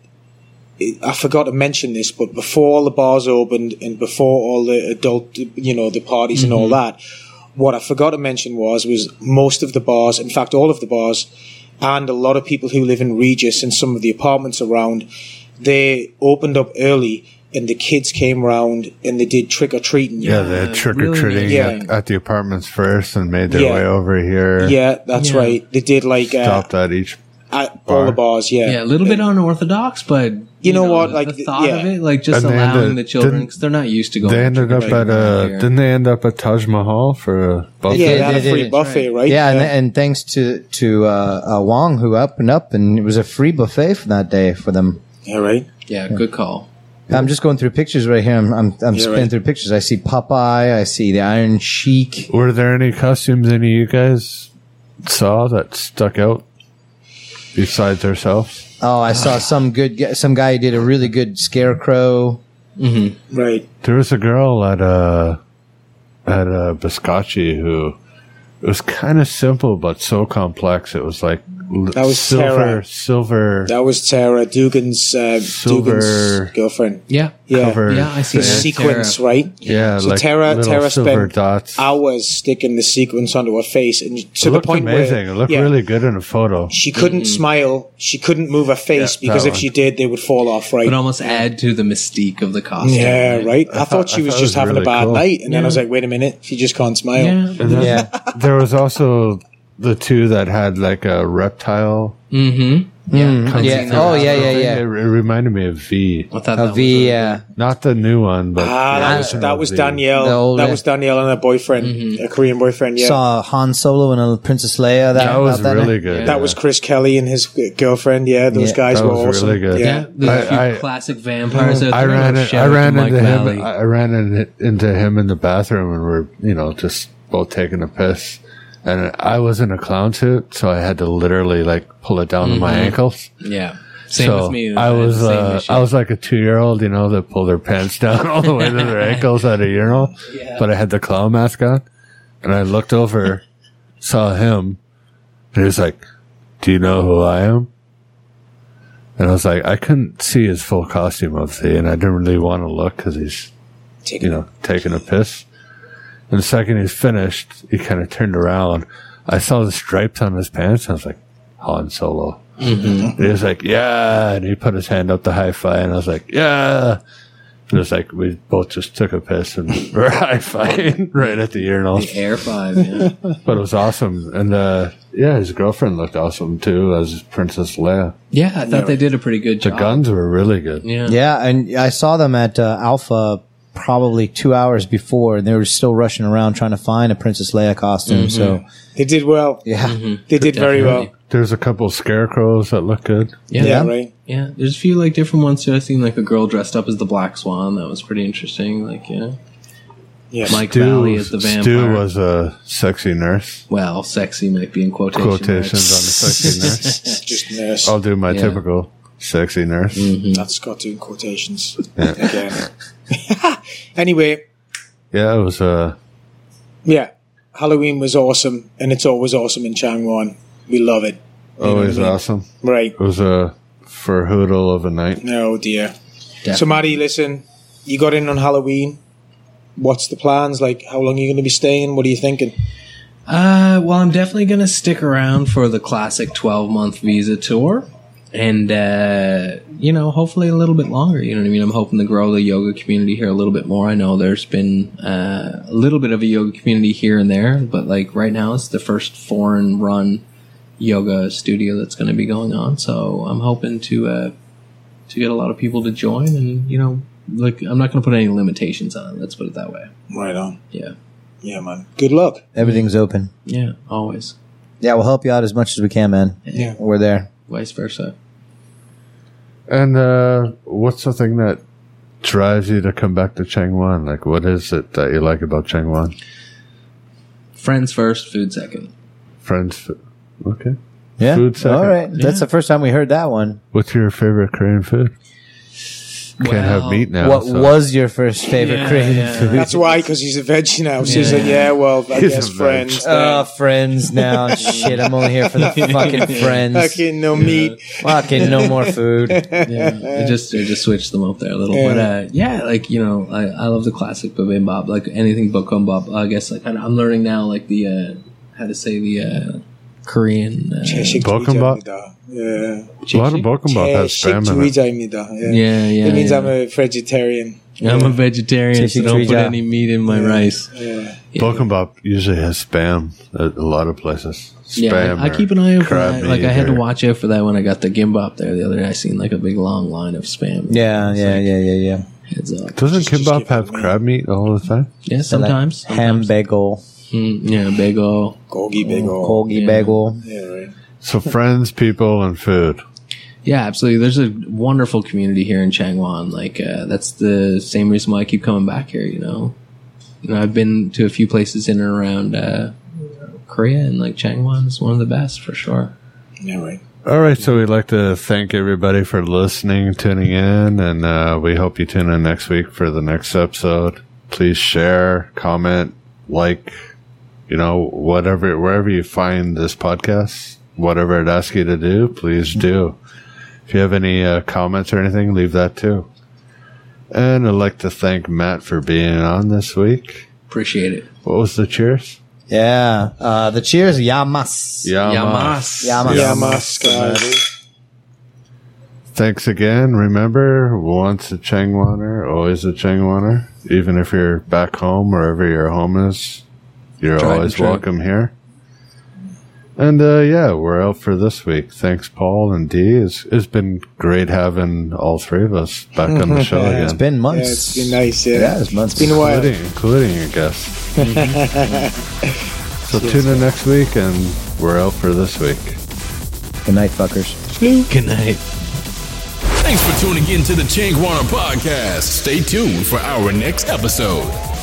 C: I- I forgot to mention this, but before all the bars opened and before all the adult, you know, the parties and all
B: Mm-hmm.
C: that, what I forgot to mention was was most of the bars, in fact, all of the bars, and a lot of people who live in Regis and some of the apartments around, they opened up early. And the kids came round and they did trick or treating.
H: Yeah, they trick or treating
C: Yeah.
H: at, at the apartments first, and made their
C: Yeah.
H: way over here.
C: yeah, that's
B: Yeah.
C: right. They did like uh,
H: stopped at each.
C: at all the bars. Yeah,
B: yeah, a little bit unorthodox, but you,
C: know what, like,
B: the
C: the-
B: thought
C: yeah.
B: of it, like just
H: And they
B: allowing
H: ended-
B: the children
H: didn't-
B: because they're not used to going.
H: They ended up at uh
B: here.
H: Didn't they end up at Taj Mahal for a buffet?
C: yeah, they
D: Yeah,
C: had a
D: they
C: free
D: did.
C: buffet, right?
D: Yeah, and, and thanks to to uh, uh, Wong who opened up, and it was a free buffet for that day for them.
C: yeah, right.
B: yeah, good call.
D: I'm just going through pictures right here. I'm I'm, I'm spinning
C: right.
D: through pictures. I see Popeye. I see the Iron Sheik.
H: Were there any costumes any of you guys saw that stuck out besides ourselves?
D: Oh, I saw some good gu- some guy did a really good scarecrow.
C: Right.
H: There was a girl at uh at uh Biscacci who it was kind of simple but so complex. It was like
C: That was
H: silver,
C: Tara.
H: silver
C: That was Tara Dugan's uh,
H: Silver-
C: Dugan's girlfriend.
B: Yeah,
C: Yeah,
H: cover.
B: Yeah, I see
H: thing.
B: that.
C: sequence,
B: Tara.
C: right?
H: Yeah,
C: So
H: like
C: Tara,
H: little
C: Tara
H: silver
C: spent
H: dots.
C: hours sticking the sequence onto her face, and to
H: it
C: the
H: looked
C: point
H: amazing.
C: where
H: it looked
C: yeah,
H: really good in a photo.
C: She couldn't smile. She couldn't move her face
H: Yeah,
C: because
H: that
C: if she did, they would fall off. Right?
B: But almost add to the mystique of the costume.
C: Yeah, right. I, thought she
H: I
C: was
H: thought it was
C: just having
H: really
C: a bad
H: cool.
C: night, and then I was like, "Wait a minute, she just can't smile."
B: Yeah,
H: And then
D: Yeah.
H: there was also the two that had like a reptile
B: Mm-hmm. Yeah. I've
D: yeah.
B: seen that.
D: Oh yeah, yeah,
H: It, it
D: yeah.
H: reminded me of V.
B: I thought that
D: A
B: was
D: V.
B: really-
D: Yeah.
H: Not the new one, but
C: Ah, that was, that was
D: The
C: Danielle.
D: old-
C: That was Danielle and her boyfriend,
B: Mm-hmm.
C: a Korean boyfriend. Yeah,
D: Saw Han Solo and uh, Princess Leia. That,
H: That was
D: about that
H: really
D: night.
H: good.
C: that was Chris Kelly and his girlfriend. Yeah, those
D: Yeah,
C: guys
H: that
C: were
H: was
C: awesome.
H: really good.
B: Yeah,
C: Yeah,
B: there's a few
H: I- I-
B: classic vampires out there.
H: I ran, it,
B: Shout
H: I
B: out to
H: ran
B: Mike
H: into
B: Valley.
H: him. I ran in, into him in the bathroom, and we're you know just both taking a piss. And I was in a clown suit, so I had to literally like pull it down to
C: Mm-hmm.
H: my ankles.
B: yeah, same
H: so
B: with me.
H: I
B: had the
H: was
B: same
H: uh,
B: issue.
H: I was like a two year old, you know, that pull their pants down *laughs* all the way to their ankles at a urinal. But I had the clown mask on, and I looked over, *laughs* saw him, and he was like, "Do you know who I am?" And I was like, I couldn't see his full costume obviously, and I didn't really want to look because he's, you know, taking a piss. And the second he's finished, he kind of turned around. I saw the stripes on his pants, and I was like, Han Solo.
B: Mm-hmm.
H: He was like, yeah. And he put his hand up to high five. And I was like, yeah. And it's like, we both just took a piss and *laughs* were high fiving *laughs* right at the urinal.
B: Air Five. Yeah.
H: But it was awesome. And, uh, yeah, his girlfriend looked awesome too, as Princess Leia.
B: yeah, I thought they did a pretty good
H: The
B: job.
H: guns were really good.
B: Yeah.
D: Yeah, and I saw them at uh, Alpha probably two hours before, and they were still rushing around trying to find a Princess Leia costume.
B: Mm-hmm.
D: So
C: they did well.
D: yeah,
C: They did very well.
H: There's a couple scarecrows that look good.
B: Yeah.
C: Yeah,
B: yeah,
C: right.
B: There's a few like different ones too. I've seen like a girl dressed up as the Black Swan. That was pretty interesting. Like, yeah,
C: Yeah,
B: Mike
H: Stu,
B: Valley is the vampire.
H: Stu was a sexy nurse.
B: well, sexy might be in quotation.
H: Quotations on the
B: marks.
H: sexy nurse.
C: It's *laughs* just nurse.
H: I'll do
B: *laughs*
H: my
B: Yeah. Mm-hmm.
H: typical sexy nurse.
C: That's got doing quotations again. *laughs* anyway,
H: Yeah, it was uh,
C: yeah, Halloween was awesome, and it's always awesome in Changwon. We love it.
H: always awesome.
C: Right.
H: It was a for hoodle of a night.
C: Oh dear. So
B: Definitely.
C: Maddie, listen, you got in on Halloween. What's the plans? Like, how long are you going to be staying? What are you thinking?
B: Uh, well, I'm definitely gonna stick around for the classic 12 month visa tour, and uh, you know, hopefully a little bit longer. You know what I mean? I'm hoping to grow the yoga community here a little bit more. I know there's been uh, a little bit of a yoga community here and there, but like right now, it's the first foreign run yoga studio that's going to be going on. So I'm hoping to uh, to get a lot of people to join, and you know, like I'm not going to put any limitations on it. Let's put it that way.
C: Right on.
B: Yeah,
C: Yeah, man. Good luck.
D: everything's open.
B: yeah, always,
D: Yeah, we'll help you out as much as we can, man.
C: Yeah.
D: We're there.
B: vice versa.
H: And uh, what's the thing that drives you to come back to Changwon? Like, what is it that you like about Changwon?
B: Friends first, food second.
H: Friends, f- okay.
D: Yeah.
H: Food second.
D: All right. That's the first time we heard that one.
H: What's your favorite Korean food? Can't have meat now.
D: what
H: so-
D: was your first favorite
B: Yeah,
D: Korean
B: yeah. *laughs*
D: food?
C: That's why, because he's a veggie now. So he's like, yeah, well, I
H: He's a
C: guess
H: veg.
C: friends.
B: Um,
D: Oh,
C: Uh,
B: *laughs*
D: friends now. Shit, I'm only here for the fucking friends.
C: fucking no meat.
D: Fucking no
C: *laughs*
D: more food.
B: Yeah, I just I just switched them up there a little, but uh, yeah, like you know, I, I love the classic bibimbap, like anything but gumbap. I guess like and I'm learning now, like the uh, how to say the uh, Korean. Uh,
H: Bokkeumbap?
C: Yeah.
H: A lot of bokkeumbap has spam in it.
C: 식주의자입니다.
B: Yeah, yeah,
C: It means
B: yeah.
C: I'm a vegetarian.
B: I'm a vegetarian, so don't put
D: Chichichija.
B: any meat in my rice.
C: Yeah.
H: Bokkeumbap usually has spam at a lot of places. Spam.
B: Yeah, I I
H: or
B: keep an eye out for
H: crab
B: that. Like I had to
H: meat or-
B: watch out for that when I got the gimbap there the other day. I seen like a big long line of spam.
D: Yeah, yeah, yeah, yeah, yeah.
B: heads up.
H: Doesn't kimbap
C: give it
H: have
C: away.
H: crab meat all the time?
B: Yeah, sometimes.
D: Ham bagel,
B: Mm, yeah, bagel.
C: Gogi big ol'.
D: colgi bagel.
C: Yeah, right.
H: So friends, people, and food.
B: Yeah, absolutely. There's a wonderful community here in Changwon. Like uh, that's the same reason why I keep coming back here. You know, you know I've been to a few places in and around uh, Korea, and like Changwon is one of the best for sure.
C: Yeah, right.
H: All right, so we'd like to thank everybody for listening, tuning in, and uh, we hope you tune in next week for the next episode. Please share, comment, like, you know, whatever, wherever you find this podcast, whatever it asks you to do, please do. If you have any uh, comments or anything, leave that too. And I'd like to thank Matt for being on this week.
B: Appreciate it.
H: What was the cheers?
D: Yeah. Uh, the cheers, yamas.
H: Yeah,
D: Yamas.
C: Yeah, Moscow.
H: Thanks again. Remember, once a Changwaner, always a Changwaner. Even if you're back home, wherever your home is, you're
B: Tried and
H: always
B: true.
H: welcome here. And uh, yeah, we're out for this week. Thanks, Paul and Dee. It's, it's been great having all three of us back on the show again,
D: It's been
C: Yeah,
D: months.
C: it's been nice. Yeah,
D: Yeah, it's months.
C: been a while.
H: including, including your guests. so tune in next week, and we're out for this week.
D: Good night, fuckers.
B: Good night.
A: Thanks for tuning in to the Changwana Podcast. Stay tuned for our next episode.